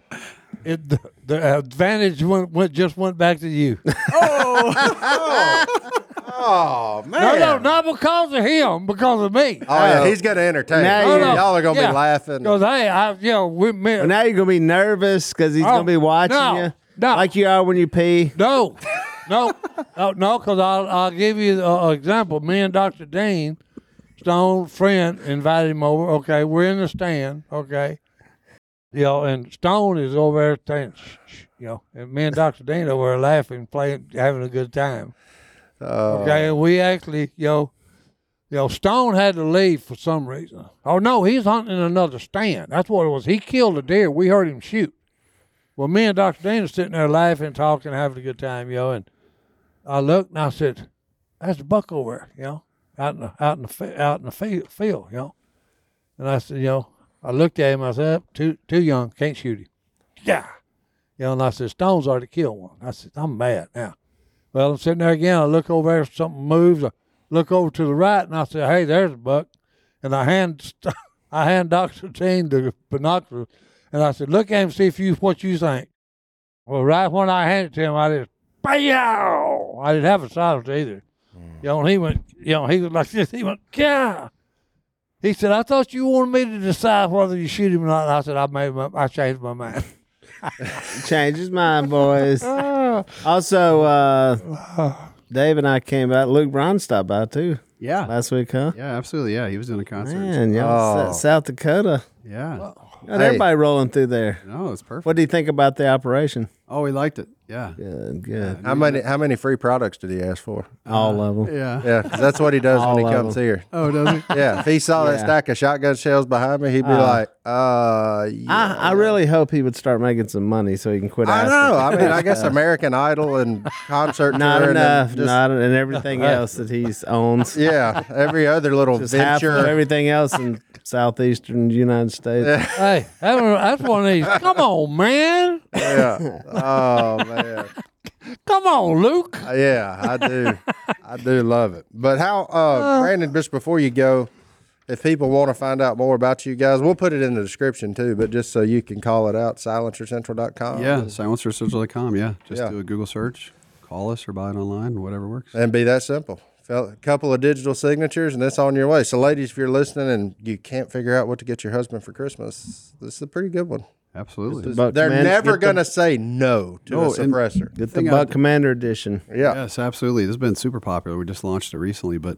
D: it, the, the advantage went, went just went back
A: <laughs>
D: to you.
A: oh man!
D: No, no, not because of him, because of me.
A: Oh yeah, he's gonna entertain.
C: Now
A: you.
C: you-
A: Y'all are gonna
D: Yeah.
A: be laughing.
D: Because hey, I, you know, we
C: Well,
D: met.
C: now you're gonna be nervous because he's
D: Oh,
C: gonna be watching
D: no,
C: you,
D: no.
C: like you are when you pee.
D: No, no, no, no, because I'll, I'll give you an example. Me and Dr. Dean, Stone friend, invited him over. Okay, we're in the stand. Okay. You know, and Stone is over there, saying, "Shh, shh," you know, and me and Dr. Dean over there laughing, playing, having a good time. Okay, and we actually, you know, you know, Stone had to leave for some reason. Oh no, he's hunting in another stand. That's what it was. He killed a deer. We heard him shoot. Well, me and Dr. Dean are sitting there laughing, talking, having a good time, yo. And I looked and I said, "That's a buck over there, you know, out in the out in the fi- out in the field, field, you know." And I said, you know, I looked at him. I said, "Too too young, can't shoot him." Yeah, you know. And I said, "Stone's already killed one." I said, "I'm mad now." Well, I'm sitting there again. I look over there, something moves. I look over to the right, and I say, "Hey, there's a buck." And I hand <laughs> st- I hand Doctor Dean the binoculars, and I said, "Look at him, see if you what you think." Well, right when I handed it to him, I just pow! I didn't have a silencer either. You know, and he went. You know, he was like this. He went, "Yeah." He said, "I thought you wanted me to decide whether you shoot him or not." And I said, "I made my, I changed my mind." <laughs>
C: Change his mind, boys.
D: Ah,
C: also, uh, Dave and I came by. Luke Brown stopped by too
H: yeah,
C: last week, huh?
H: yeah, absolutely. Yeah, he was doing a concert.
C: Man, y'all,
A: Oh.
C: Sa- South Dakota.
H: Yeah,
C: Got everybody rolling through there.
H: no, it's perfect.
C: What do you think about the operation?
H: Oh, he liked it. Yeah,
C: Good, good.
A: How many how many free products did he ask for?
C: All of them.
H: yeah.
A: Yeah, 'cause that's what he does when
C: All
A: he
C: of
A: comes
C: them.
A: here.
H: Oh, does he?
A: Yeah, if he saw that stack of shotgun shells behind me, he'd be like, "Uh, yeah.
C: I, I really hope he would start making some money so he can quit.
A: I
C: asking.
A: know. I mean, I <laughs> guess American Idol and concert
C: Not
A: touring and
C: enough,
A: just-
C: not
A: <laughs>
C: and everything else that he owns.
A: yeah, every other little
C: Just half of
A: venture.
C: everything else in southeastern United States.
D: hey, that one- that's one of these. Come on, man.
A: yeah. <laughs> Oh man.
D: Come on, Luke.
A: Yeah, I do. I do love it. But how, uh, Brandon? Just before you go, if people want to find out more about you guys, we'll put it in the description too. But just so you can call it out, silencercentral.com.
H: Yeah, silencercentral.com. Yeah, just
A: Yeah.
H: do a Google search, call us, or buy it online, whatever works.
A: and be that simple. A couple of digital signatures, and it's on your way. So, ladies, if you're listening and you can't figure out what to get your husband for Christmas, this is a pretty good one.
H: Absolutely.
C: Buck
A: They're
C: Commander-
A: never
C: get the-
A: going to say no to a
H: No, and-
A: suppressor.
C: Get the
H: thing I-
C: Buck Commander edition.
A: yeah.
H: Yes, absolutely. This has been super popular. We just launched it recently, but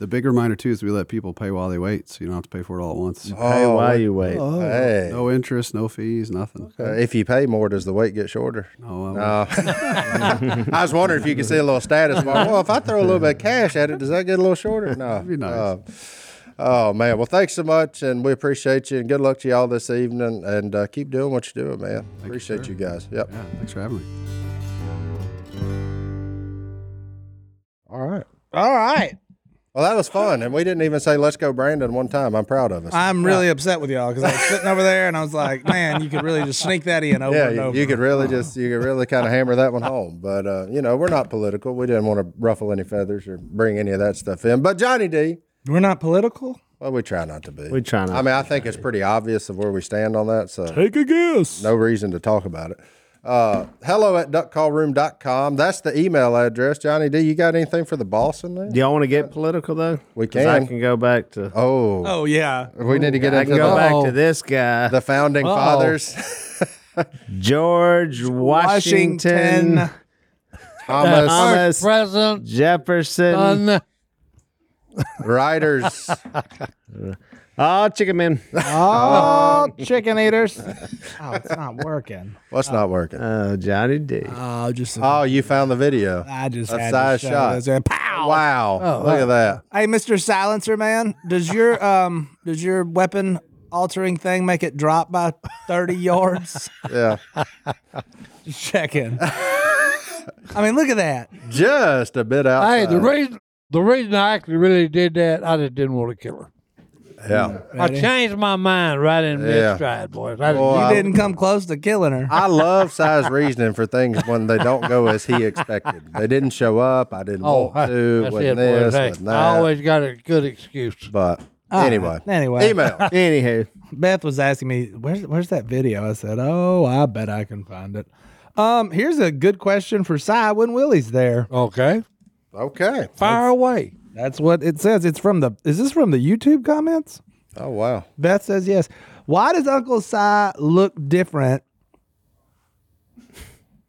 H: the big reminder too is we let people pay while they wait, so you don't have to pay for it all at once.
C: Hey, while you wait.
A: Oh. Hey.
H: No interest, no fees, nothing.
A: Uh, if you pay more, does the weight get shorter?
H: No, uh,
A: Uh, <laughs> I was wondering if you could see a little status bar. Well, if I throw a little bit of cash at it, does that get a little shorter? No.
H: be nice.
A: Uh, oh man. Well, thanks so much, and we appreciate you, and good luck to y'all this evening, and uh, keep doing what you're doing, man. appreciate you,
H: sir.
A: guys. Yep.
H: yeah. Thanks for having me.
A: All right.
B: All right.
A: Well, that was fun, and we didn't even say "Let's go, Brandon" one time. I'm proud of us.
B: I'm really upset with y'all because I was sitting over there and I was like, man, you could really just sneak that in over
A: yeah,
B: and
A: you,
B: over.
A: you could really just you could really kind of hammer that one home, but uh, you know we're not political. We didn't want to ruffle any feathers or bring any of that stuff in. But Johnny D,
B: We're not political.
A: Well, we try not to be.
C: We try not
A: I mean, I think it's pretty obvious of where we stand on that. So
B: Take a guess.
A: no reason to talk about it. Uh, hello at duckcallroom.com. That's the email address. Johnny D, you got anything for the boss in there?
C: Do y'all want to get political though?
A: We
C: 'Cause I
A: can.
C: can go back to.
A: Oh,
B: Oh yeah.
A: we need to get
C: I
A: into
C: can go
A: the,
C: back to this guy,
A: the founding
C: <laughs>
A: fathers.
C: George Washington,
B: Washington.
A: Thomas
C: Thomas
D: President
C: Jefferson.
D: done.
A: Riders.
C: Oh, chicken man.
E: Oh,
A: <laughs>
E: chicken eaters. Oh, it's not working.
A: What's not working?
C: Oh, Johnny D.
E: Oh, just
A: oh, you found the video.
E: I just
A: a
E: had
A: size
E: to show
A: shot.
E: this. And Pow!
A: Wow.
C: Oh,
A: Look at that.
E: Hey, Mister Silencer Man, does
A: <laughs>
E: your um does your weapon altering thing make it drop by
A: <laughs>
E: thirty yards?
C: <laughs>
A: Yeah.
E: Just Checking. I mean, look at that.
A: Just a bit outside.
D: Hey, the reason the reason I actually really did that, I just didn't want to kill her.
A: yeah.
D: I changed my mind right in
A: Yeah.
D: mid stride, boys. I
A: Well,
D: didn't-
A: I-
E: You didn't come close to killing her.
A: I love size reasoning for things when they don't go as he expected. They didn't show up. I didn't
D: oh,
A: want
D: <laughs>
A: to.
D: that's
A: With
D: it, boys.
A: this,
D: Hey,
A: with
D: I
A: that.
D: always got a good excuse.
A: but
C: Ah,
E: All right.
A: anyway,
E: Anyway.
A: email.
C: Anywho,
E: Beth was asking me, "Where's where's that video?" I said, "Oh, I bet I can find it." Um, here's a good question for Cy when Willie's there.
D: Okay,
A: Okay.
D: fire away.
E: That's what it says. It's from the. Is this from the YouTube comments?
A: Oh
C: <laughs>
A: wow.
E: Beth says yes. Why does Uncle Cy look different? <laughs>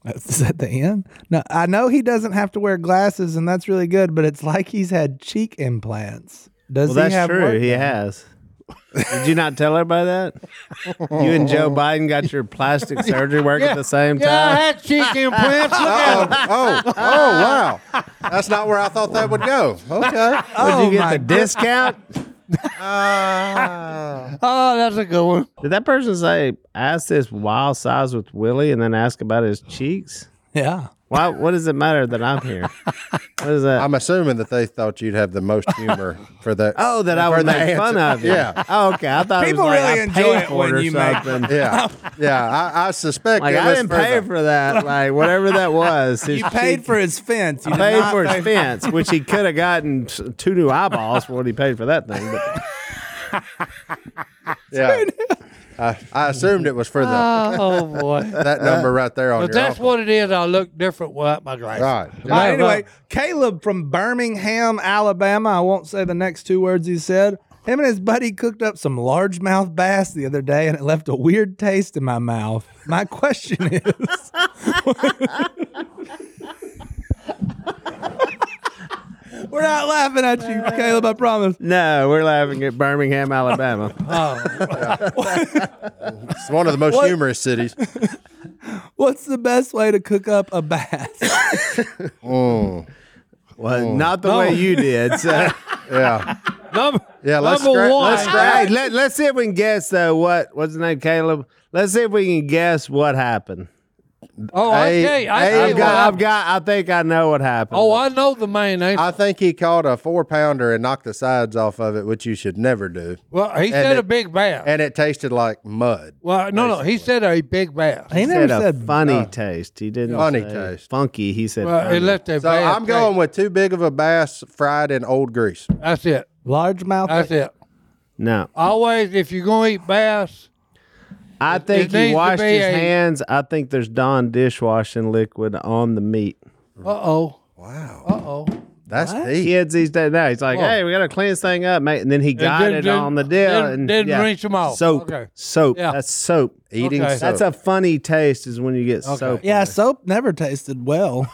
E: That's is that the end. No, I know he doesn't have to wear glasses, and that's really good. But it's like he's had cheek implants. Does
C: well,
E: he
C: that's
E: have
C: true.
E: work
C: He
E: done?
C: has. Did you not tell everybody that? You and Joe Biden got your plastic surgery work at the same
D: Yeah, I
C: time.
D: had cheek implants. Look at
A: Oh, oh, oh wow. That's not where I thought that would go. Okay.
C: Would you get the discount?
D: <laughs> Oh, that's a good one.
C: Did that person say ask this wild size with Willie and then ask about his cheeks?
A: <laughs>
E: Yeah.
C: Why? What does it matter that I'm here? What is that?
A: I'm assuming that they thought you'd have the most humor for that.
C: oh, that I would
A: for the
C: make fun
A: answer.
C: of you.
A: Yeah.
C: Oh, okay. I thought
E: People
C: it was like,
E: really
C: I
E: enjoy
C: paid
E: it
C: for
E: when
C: or
E: you make-
C: something. <laughs>
A: Yeah. Yeah. I, I suspect
C: Like
A: it
C: I
A: was
C: didn't
A: for
C: pay
A: the-
C: for that. Like whatever that was. His
E: You paid
C: <laughs> cheek-
E: for his fence. You
C: I
E: did
C: paid
E: not
C: for
E: pay
C: his fence, which he could have gotten s- two new eyeballs for what he paid for that thing. But <laughs>
A: Yeah. I, I assumed it was for the,
C: Uh,
D: Oh boy,
A: that number right there on
D: but
A: your
D: that's
A: uncle.
D: what it is. I look different without my glasses.
A: All right.
E: All
D: Right,
E: right, anyway,
D: right.
E: Caleb from Birmingham, Alabama. I won't say the next two words he said. Him and his buddy cooked up some largemouth bass the other day, and it left a weird taste in my mouth. My question is, <laughs> we're not laughing at you, Caleb. I promise.
C: no, we're laughing at Birmingham, Alabama.
A: It's one of the most
E: What?
A: humorous cities.
E: What's the best way to cook up a bass?
C: Well, not the way you did. So.
A: Yeah.
D: Number,
A: Yeah, let's
D: number
A: scra-
D: one.
A: let's scra-
C: Hey, let, let's see if we can guess though. What what's his name? Caleb. Let's see if we can guess what happened.
D: oh,
A: Hey,
D: okay. I,
A: hey,
D: tell you
C: I've
D: what,
C: got. I've got. I think I know what happened.
D: oh, I know the main answer.
A: I think he caught a four pounder and knocked the sides off of it, which you should never do.
D: well, he said
A: it-
D: a big bass.
A: And it tasted like mud.
D: well, no, no, he said a big bass.
E: he
C: He
E: never
C: said a
E: said
C: funny taste. He didn't
A: Funny
C: say
A: taste.
C: Funky. He said.
D: uh, Well,
C: funny.
D: it left a
A: So
D: bad
A: I'm going with too big of a bass fried in old grease.
D: taste. That's it.
E: largemouth.
D: That's it.
C: no,
D: Always, if you're gonna eat bass,
C: I think
D: needs
C: he
D: to
C: washed
D: be
C: his
D: a-
C: hands. I think there's Dawn dishwashing liquid on the meat.
D: uh oh,
A: Wow.
D: uh oh.
A: That's deep.
C: Kids these days now, he's like,
D: Whoa.
C: "Hey, we gotta clean this thing up, mate." And then he got
D: didn't-
C: it
D: didn't-
C: on the deal
D: didn't-
C: and
D: didn't rinse 'em off.
C: Soap,
D: Okay.
C: soap.
D: Yeah.
C: That's soap.
A: Eating
D: Okay.
A: soap.
C: That's a funny taste. Is when you get soap.
E: yeah, soap never tasted well.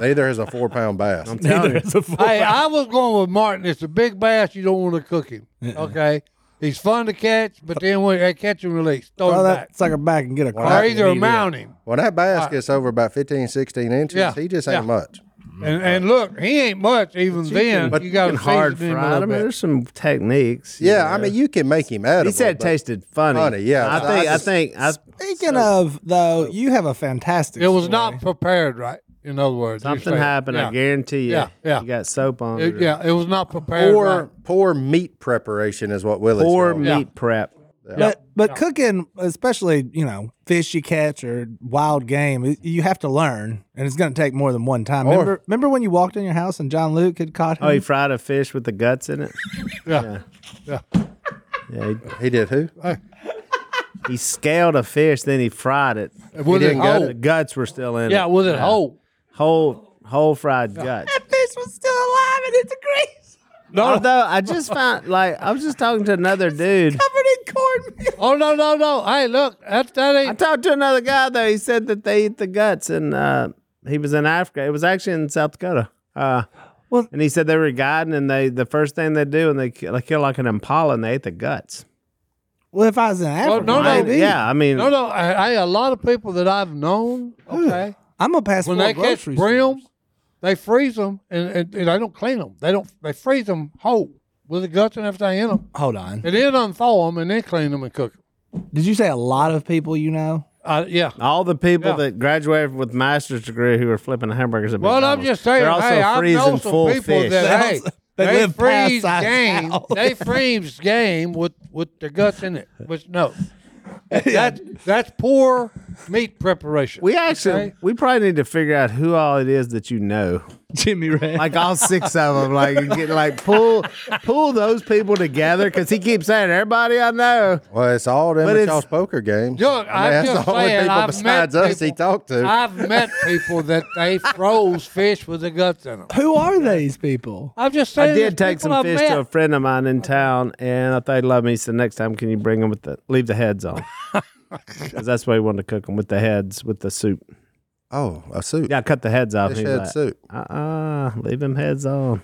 A: Neither is a four pound bass.
C: Telling you.
D: hey, I was going with Martin. It's a big bass. You don't want to cook him.
C: Uh-uh.
D: Okay, he's fun to catch, but then when they catch and release, throw
E: Throw
D: him back,
E: Oh, that sucker back and get a
D: or
E: car.
D: either mount him.
A: When that bass gets over about 15, 16 inches,
D: Yeah,
A: he just
D: yeah.
A: ain't much.
D: And, and look, he ain't much even then.
C: but
D: you got to
C: can hard
D: him
C: fry.
D: a
C: I
D: little
C: mean,
D: bit.
C: there's some techniques. you
A: Yeah,
C: know.
A: I mean, you can make him edible.
C: he said it
A: but-
C: tasted funny.
A: Funny, yeah.
C: I
A: So
C: think.
A: I
C: I
A: just-
C: think. I,
E: Speaking of though, you have a fantastic.
D: It was
E: story.
D: not prepared right. In other words, you
C: something
D: said.
C: happened.
D: Yeah.
C: I guarantee you.
D: Yeah, yeah.
C: You got soap on.
D: It-
C: it.
D: yeah, it was not prepared.
A: Poor,
D: right.
A: poor meat preparation is what Willie's
C: Poor
A: going with.
C: meat prep.
A: Yeah.
E: But but cooking, especially you know fish you catch or wild game, it- you have to learn, and it's going to take more than one time.
A: Or-
E: remember, remember when you walked in your house and John Luke had caught him?
C: Oh, he fried a fish with the guts in it.
D: Yeah.
C: Yeah, he,
A: He did who?
C: he scaled a fish, then he fried it.
D: Was it
A: didn't get
D: whole?
C: The guts were still in
D: Yeah,
C: it.
D: was it whole?
C: whole whole fried
D: <laughs>
C: guts.
E: fish was still alive and it's grease
D: No, no.
C: Although I just found like I was just talking to another dude.
E: covered in cornmeal.
D: Oh no, no, no. Hey, look, that that
C: I
D: ain't.
C: talked to another guy though. He said that they eat the guts, and uh, he was in Africa. It was actually in South Dakota. Uh,
E: Well-
C: and he said they were guiding, and they the first thing they do, and they kill, they kill like an impala, and they ate the guts.
E: Well, if I was in Africa,
D: no, no,
E: maybe.
C: Right? yeah. I mean,
D: No, no. I, I a lot of people that I've known. Okay,
E: I'm gonna pass
D: when
E: four
D: they catch
E: grocery stores.
D: brim, they freeze them and, and, and they don't clean them. They don't. They freeze them whole with the guts and everything in them,
E: Hold on.
D: and then unthaw them and then clean them and cook them.
E: Did you say a lot of people you know?
D: Uh, yeah.
C: all the people
D: Yeah.
C: that graduated with master's degree who are flipping hamburgers. At
D: Well, I'm
C: McDonald's,
D: just saying.
C: they're also
D: hey, I
C: freezing
D: know
C: full
D: some people
C: fish. <laughs>
D: that
E: They
D: hey,
E: also- they
D: they,
E: live past
D: freeze
E: size
D: game.
E: cow.
D: they freeze game with with the guts in it. Which no, that that's poor meat preparation.
C: we actually
D: Okay?
C: we probably need to figure out who all it is that you know.
E: Jimmy Ray.
C: like all six of them, like and get, like pull pull those people together because he keeps saying everybody I know.
A: Well, it's all them
C: But
A: at
C: it's-
A: y'all's poker games.
D: Look, I'm
A: that's
D: just
A: the only
D: saying,
A: people
D: I've
A: besides
D: met
A: us he
D: people-
A: talked to.
C: <laughs>
D: I've met people that they froze fish with the guts in them.
E: Who are these people?
D: I'm just saying.
C: I did
D: the
C: take
D: people
C: some
D: I've
C: fish
D: met.
C: to a friend of mine in town, and I thought he loved me. He said, "Next time, can you bring them with the leave the
A: <laughs>
C: heads on?" Because that's why he wanted to cook them with the heads with the soup.
A: oh, a suit.
C: Yeah, I cut the heads off.
A: Fish
C: and he
A: head
C: was
A: soup.
C: like, uh-uh, leave them heads on.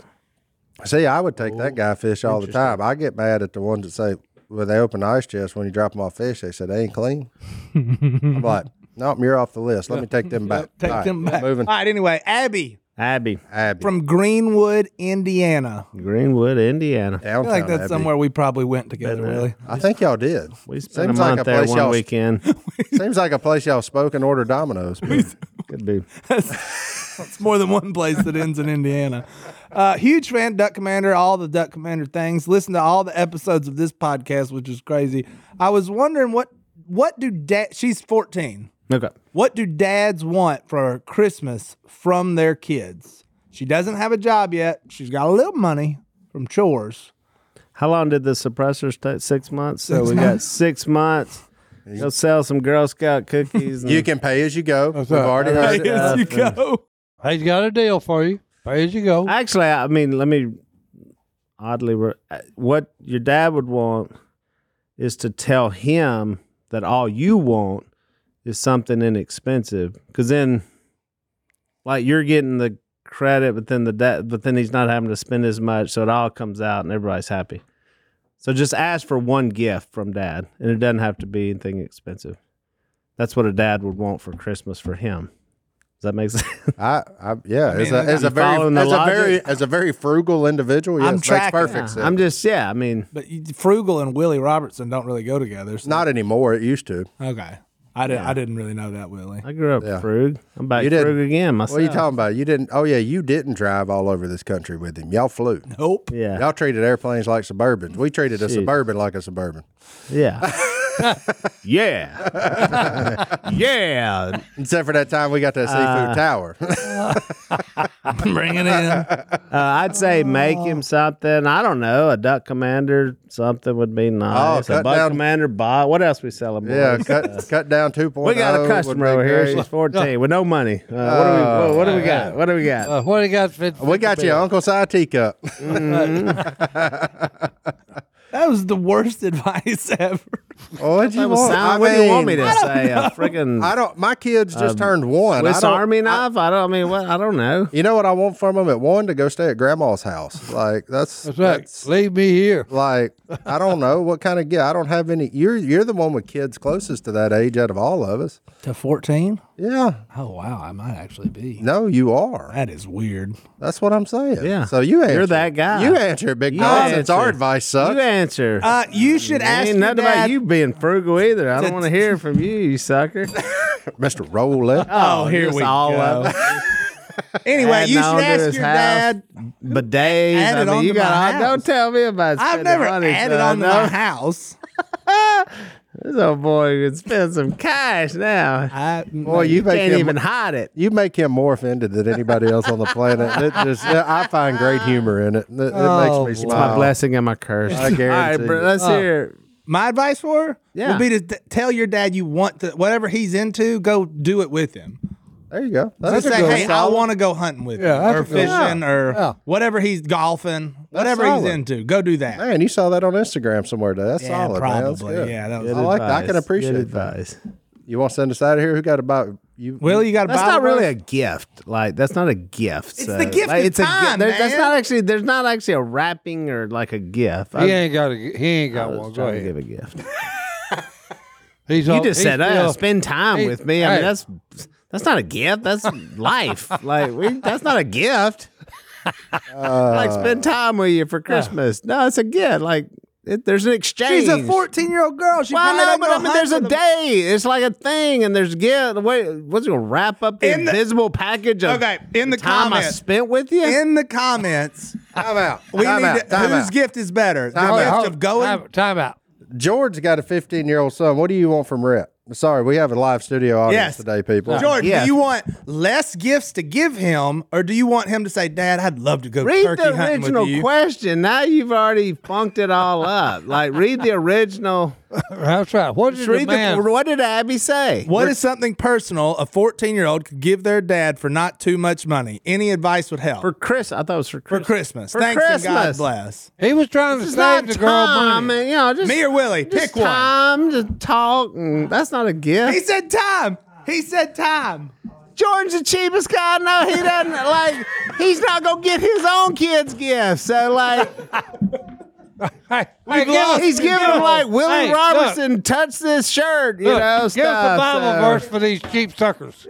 A: See, I would take that guy fish all the time. I get mad at the ones that say, when they open the ice chest, when you drop them off fish, they say they ain't clean.
E: <laughs>
A: I'm like, nope, you're off the list. Let me take them back.
E: Take
A: All right,
E: them back.
A: Moving.
E: All right. Anyway, Abby
C: Abby,
A: Abby.
E: from Greenwood, Indiana.
C: Greenwood, Indiana.
E: I feel
A: Downtown
E: like that's
A: Abby.
E: somewhere we probably went together, really. <laughs>
A: I think y'all did.
C: We spent
A: Seems
C: a
A: like
C: month
A: a
C: there
A: place
C: one
A: y'all-
C: weekend.
A: <laughs> Seems like a place y'all spoke and order
E: <laughs>
A: dominoes.
C: Could be.
E: It's more than one place that ends in Indiana. Uh, huge fan, Duck Commander, all the Duck Commander things. Listen to all the episodes of this podcast, which is crazy. I was wondering what what do dad? She's fourteen.
C: Okay.
E: What do dads want for Christmas from their kids? She doesn't have a job yet. She's got a little money from chores.
C: How long did the suppressors take? Six months. so we got six months. Go sell some Girl Scout cookies.
A: <laughs>
C: And
A: you can pay as you go. We've
D: right.
A: already heard it.
E: As you go.
D: He's got a deal for you. Pay as you go.
C: actually, I mean, let me oddly re- uh, what your dad would want is to tell him that all you want is something inexpensive, because then, like, you're getting the credit, but then the dad, but then he's not having to spend as much, so it all comes out and everybody's happy. So just ask for one gift from dad, and it doesn't have to be anything expensive. That's what a dad would want for Christmas for him. Does that make <laughs> sense?
A: I, I, yeah, as a, as
C: You
A: a very,
C: following the
A: as a very,
C: logic?
A: as a very frugal individual, yes,
E: I'm
A: makes
E: tracking.
A: perfect sense.
C: Yeah, I'm just yeah. I mean,
E: But you- Frugal and Willie Robertson don't really go together. So.
A: Not anymore. It used to.
E: okay. I didn't. I didn't really know that, Willie.
C: I grew up
A: Yeah.
C: frug. I'm back
A: You didn't.
C: frug again
A: What
C: myself.
A: are you talking about? You didn't. Oh yeah, you didn't drive all over this country with him. Y'all
C: <laughs>
A: flew.
E: Nope.
C: Yeah,
A: Y'all treated airplanes like Suburbans. We treated a
C: Shoot.
A: Suburban like a Suburban. <laughs>
C: yeah, yeah, yeah.
A: Except for that time we got that seafood tower. <laughs>
E: <laughs> Bring it in.
C: Uh, I'd say make
A: Oh.
C: him something. I don't know, a duck commander, something would be nice.
A: Oh, cut
C: a buck
A: down-
C: commander, bot. What else we selling? <laughs>
A: yeah,
C: boys?
A: cut, cut down 2.0.
C: we got a
A: would
C: customer
A: be
C: over here.
A: great.
C: She's 14 with no money. Uh, what do we? What, what do we got? What do we got?
D: Uh, what he got? Fit,
A: We got you, Uncle Si
C: <laughs>
A: teacup. <laughs>
E: That was the worst <laughs> advice ever.
A: what do you
C: That was
A: want?
C: sound-
A: I
C: what do you want me
A: mean,
C: to say? A freaking
A: I don't. My kids just turned one. I
C: Swiss
A: don't-
C: Army knife? I, don't. I mean, what? I don't know.
A: You know what I want from them at one to go stay at grandma's house. Like
C: <laughs>
A: that's
D: That's right. Leave me here.
A: Like I don't know what kind of gift. I don't have any. You're you're the one with kids closest to that age out of all of us.
E: To 14?
A: Yeah.
E: Oh, wow. I might actually be.
A: No, you are.
E: That is weird.
A: That's what I'm saying.
C: Yeah.
A: So you answer.
C: You're that guy.
A: You answer, big
C: You
A: guy. Since
C: answer.
A: our advice
C: You
A: sucks.
C: answer.
E: Uh, you should ask your
C: Ain't nothing
E: dad.
C: about you being frugal either. I don't want to hear from you, you <laughs> sucker.
A: Mr. Roll it.
E: Oh, here
C: Just
E: we
C: all
E: go.
C: of it.
E: Anyway, you
C: Adding
E: should
C: on to
E: ask
C: his
E: your
C: house,
E: dad.
C: Bidets.
E: Added
C: I mean,
E: onto
C: you
E: my
C: got.
E: house.
C: Don't tell me about.
E: I've
C: spending
E: never
C: money,
E: added
C: son.
E: on to
C: No.
E: my house.
C: This old boy could spend some cash now.
E: I,
A: Boy, you make
C: Can't
A: him,
C: even hide it.
A: you make him more offended than anybody else on the planet. It just, I find great humor in it. It, it
E: Oh,
A: makes me
C: It's my
A: smile.
C: blessing and my <laughs> curse.
A: I guarantee
C: bro,
A: you.
C: let's hear.
E: my advice for her
C: Yeah.
E: would be to t- tell your dad you want to whatever he's into, go do it with him.
A: There you go. That's
E: Just
A: a
E: say,
A: good one.
E: hey, I want to go hunting with
D: Yeah,
E: you,
D: that's
E: or
D: a good one.
E: fishing, or
D: Yeah.
E: whatever he's golfing, whatever
A: solid.
E: he's into. Go do that.
A: Man, you saw that on Instagram somewhere today. That's
E: Yeah,
A: solid, man. That's
E: probably.
A: good.
E: Yeah, that was-
A: I like that. I can appreciate
C: Good
A: that.
C: advice.
A: You want to send us out of here? Who got about you?
E: Will, you got a
C: That's
E: Bible
C: not really
E: verse?
C: a gift. Like that's not a gift. It's
E: the gift of time,
C: there- That's
E: man.
C: not actually. There's not actually a wrapping or like a gift.
D: He
C: I,
D: ain't got a, he ain't
C: I
D: got one.
C: was
D: Go
C: trying to
D: ahead.
C: give a gift. <laughs>
D: He's
C: You
D: all-
C: just
D: he's
C: said,
D: still-
C: "Uh, spend time
D: Hey,
C: with me." I
D: hey.
C: mean, that's that's not a gift. That's
E: <laughs>
C: life. Like we, that's not a gift. like spend time with you for Christmas. No, it's a gift. Like it, there's an exchange.
E: She's a 14 year old girl. She
C: Well,
E: probably
C: no,
E: don't
C: but
E: go
C: I mean, there's a
E: hunting with
C: day. It's like a thing, and there's gift. Wait, what's gonna wrap up the
E: In the-
C: invisible package of
E: Okay, in the
C: time I
E: comments.
C: spent with you?
E: In
A: <laughs>
E: the comments,
A: Time out.
E: we
A: Time
E: need
A: out.
E: to,
A: Time
E: whose
A: out.
E: gift is better?
A: Time
E: the
A: out.
E: gift of going.
D: Time, time out.
A: George got a 15 year old son. What do you want from Rip? Sorry, we have a live studio audience
E: Yes.
A: today, people.
E: George,
C: Yeah.
E: do you want less gifts to give him, or do you want him to say, "Dad, I'd love to go
C: Read
E: turkey
C: the
E: hunting with
C: original
E: you"?
C: question. Now you've already funked it all up. Like, read the original.
D: That's right. What did
C: Just
D: the
C: read
D: man?
C: the, what did Abby say?
E: What is something personal a 14 year old could give their dad for not too much money? Any advice would help.
C: For Chris, I thought it was for
E: For
C: Chris.
E: Christmas.
C: For
E: Thanks and God
C: Christmas.
E: bless.
D: he was trying to
C: It's
D: save
C: not
D: the girl
C: time.
D: money.
C: and, you know, just,
E: Me or Willie,
C: just
E: pick one.
C: time to talk. and that's not a gift.
E: He said time. He said time.
C: Jordan's the cheapest guy. No, he <laughs> doesn't like. He's not gonna get his own kids gifts. So <laughs> like,
D: Hey, hey, give us-
C: he's giving
D: give
C: them
D: us-
C: like Willie
D: hey, look,
C: Robertson. Touch this shirt, you
D: look,
C: know.
D: give us
C: stuff,
D: a Bible
C: so-
D: verse for these cheap suckers.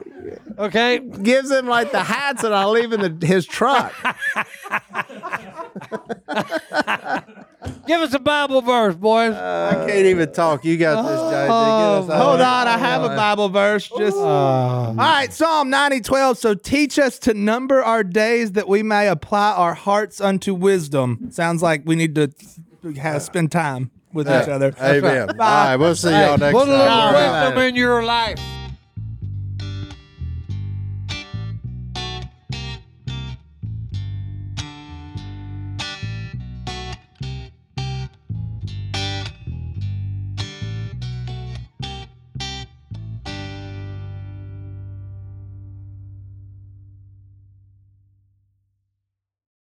D: Okay,
C: Gives him like the hats that I leave in the, his <laughs> truck.
D: give us a Bible verse, boys.
A: I can't even talk. You got this, JD. Get us out of
E: Oh, Hold
A: here.
E: on, I have a Bible verse. Just all right, Psalm 90, 12. So teach us to number our days that we may apply our hearts unto wisdom. Sounds like we need to have, spend time with each other.
A: Amen. All right, we'll see y'all next
D: Put
A: time.
D: a little
A: We're out.
D: wisdom in your life.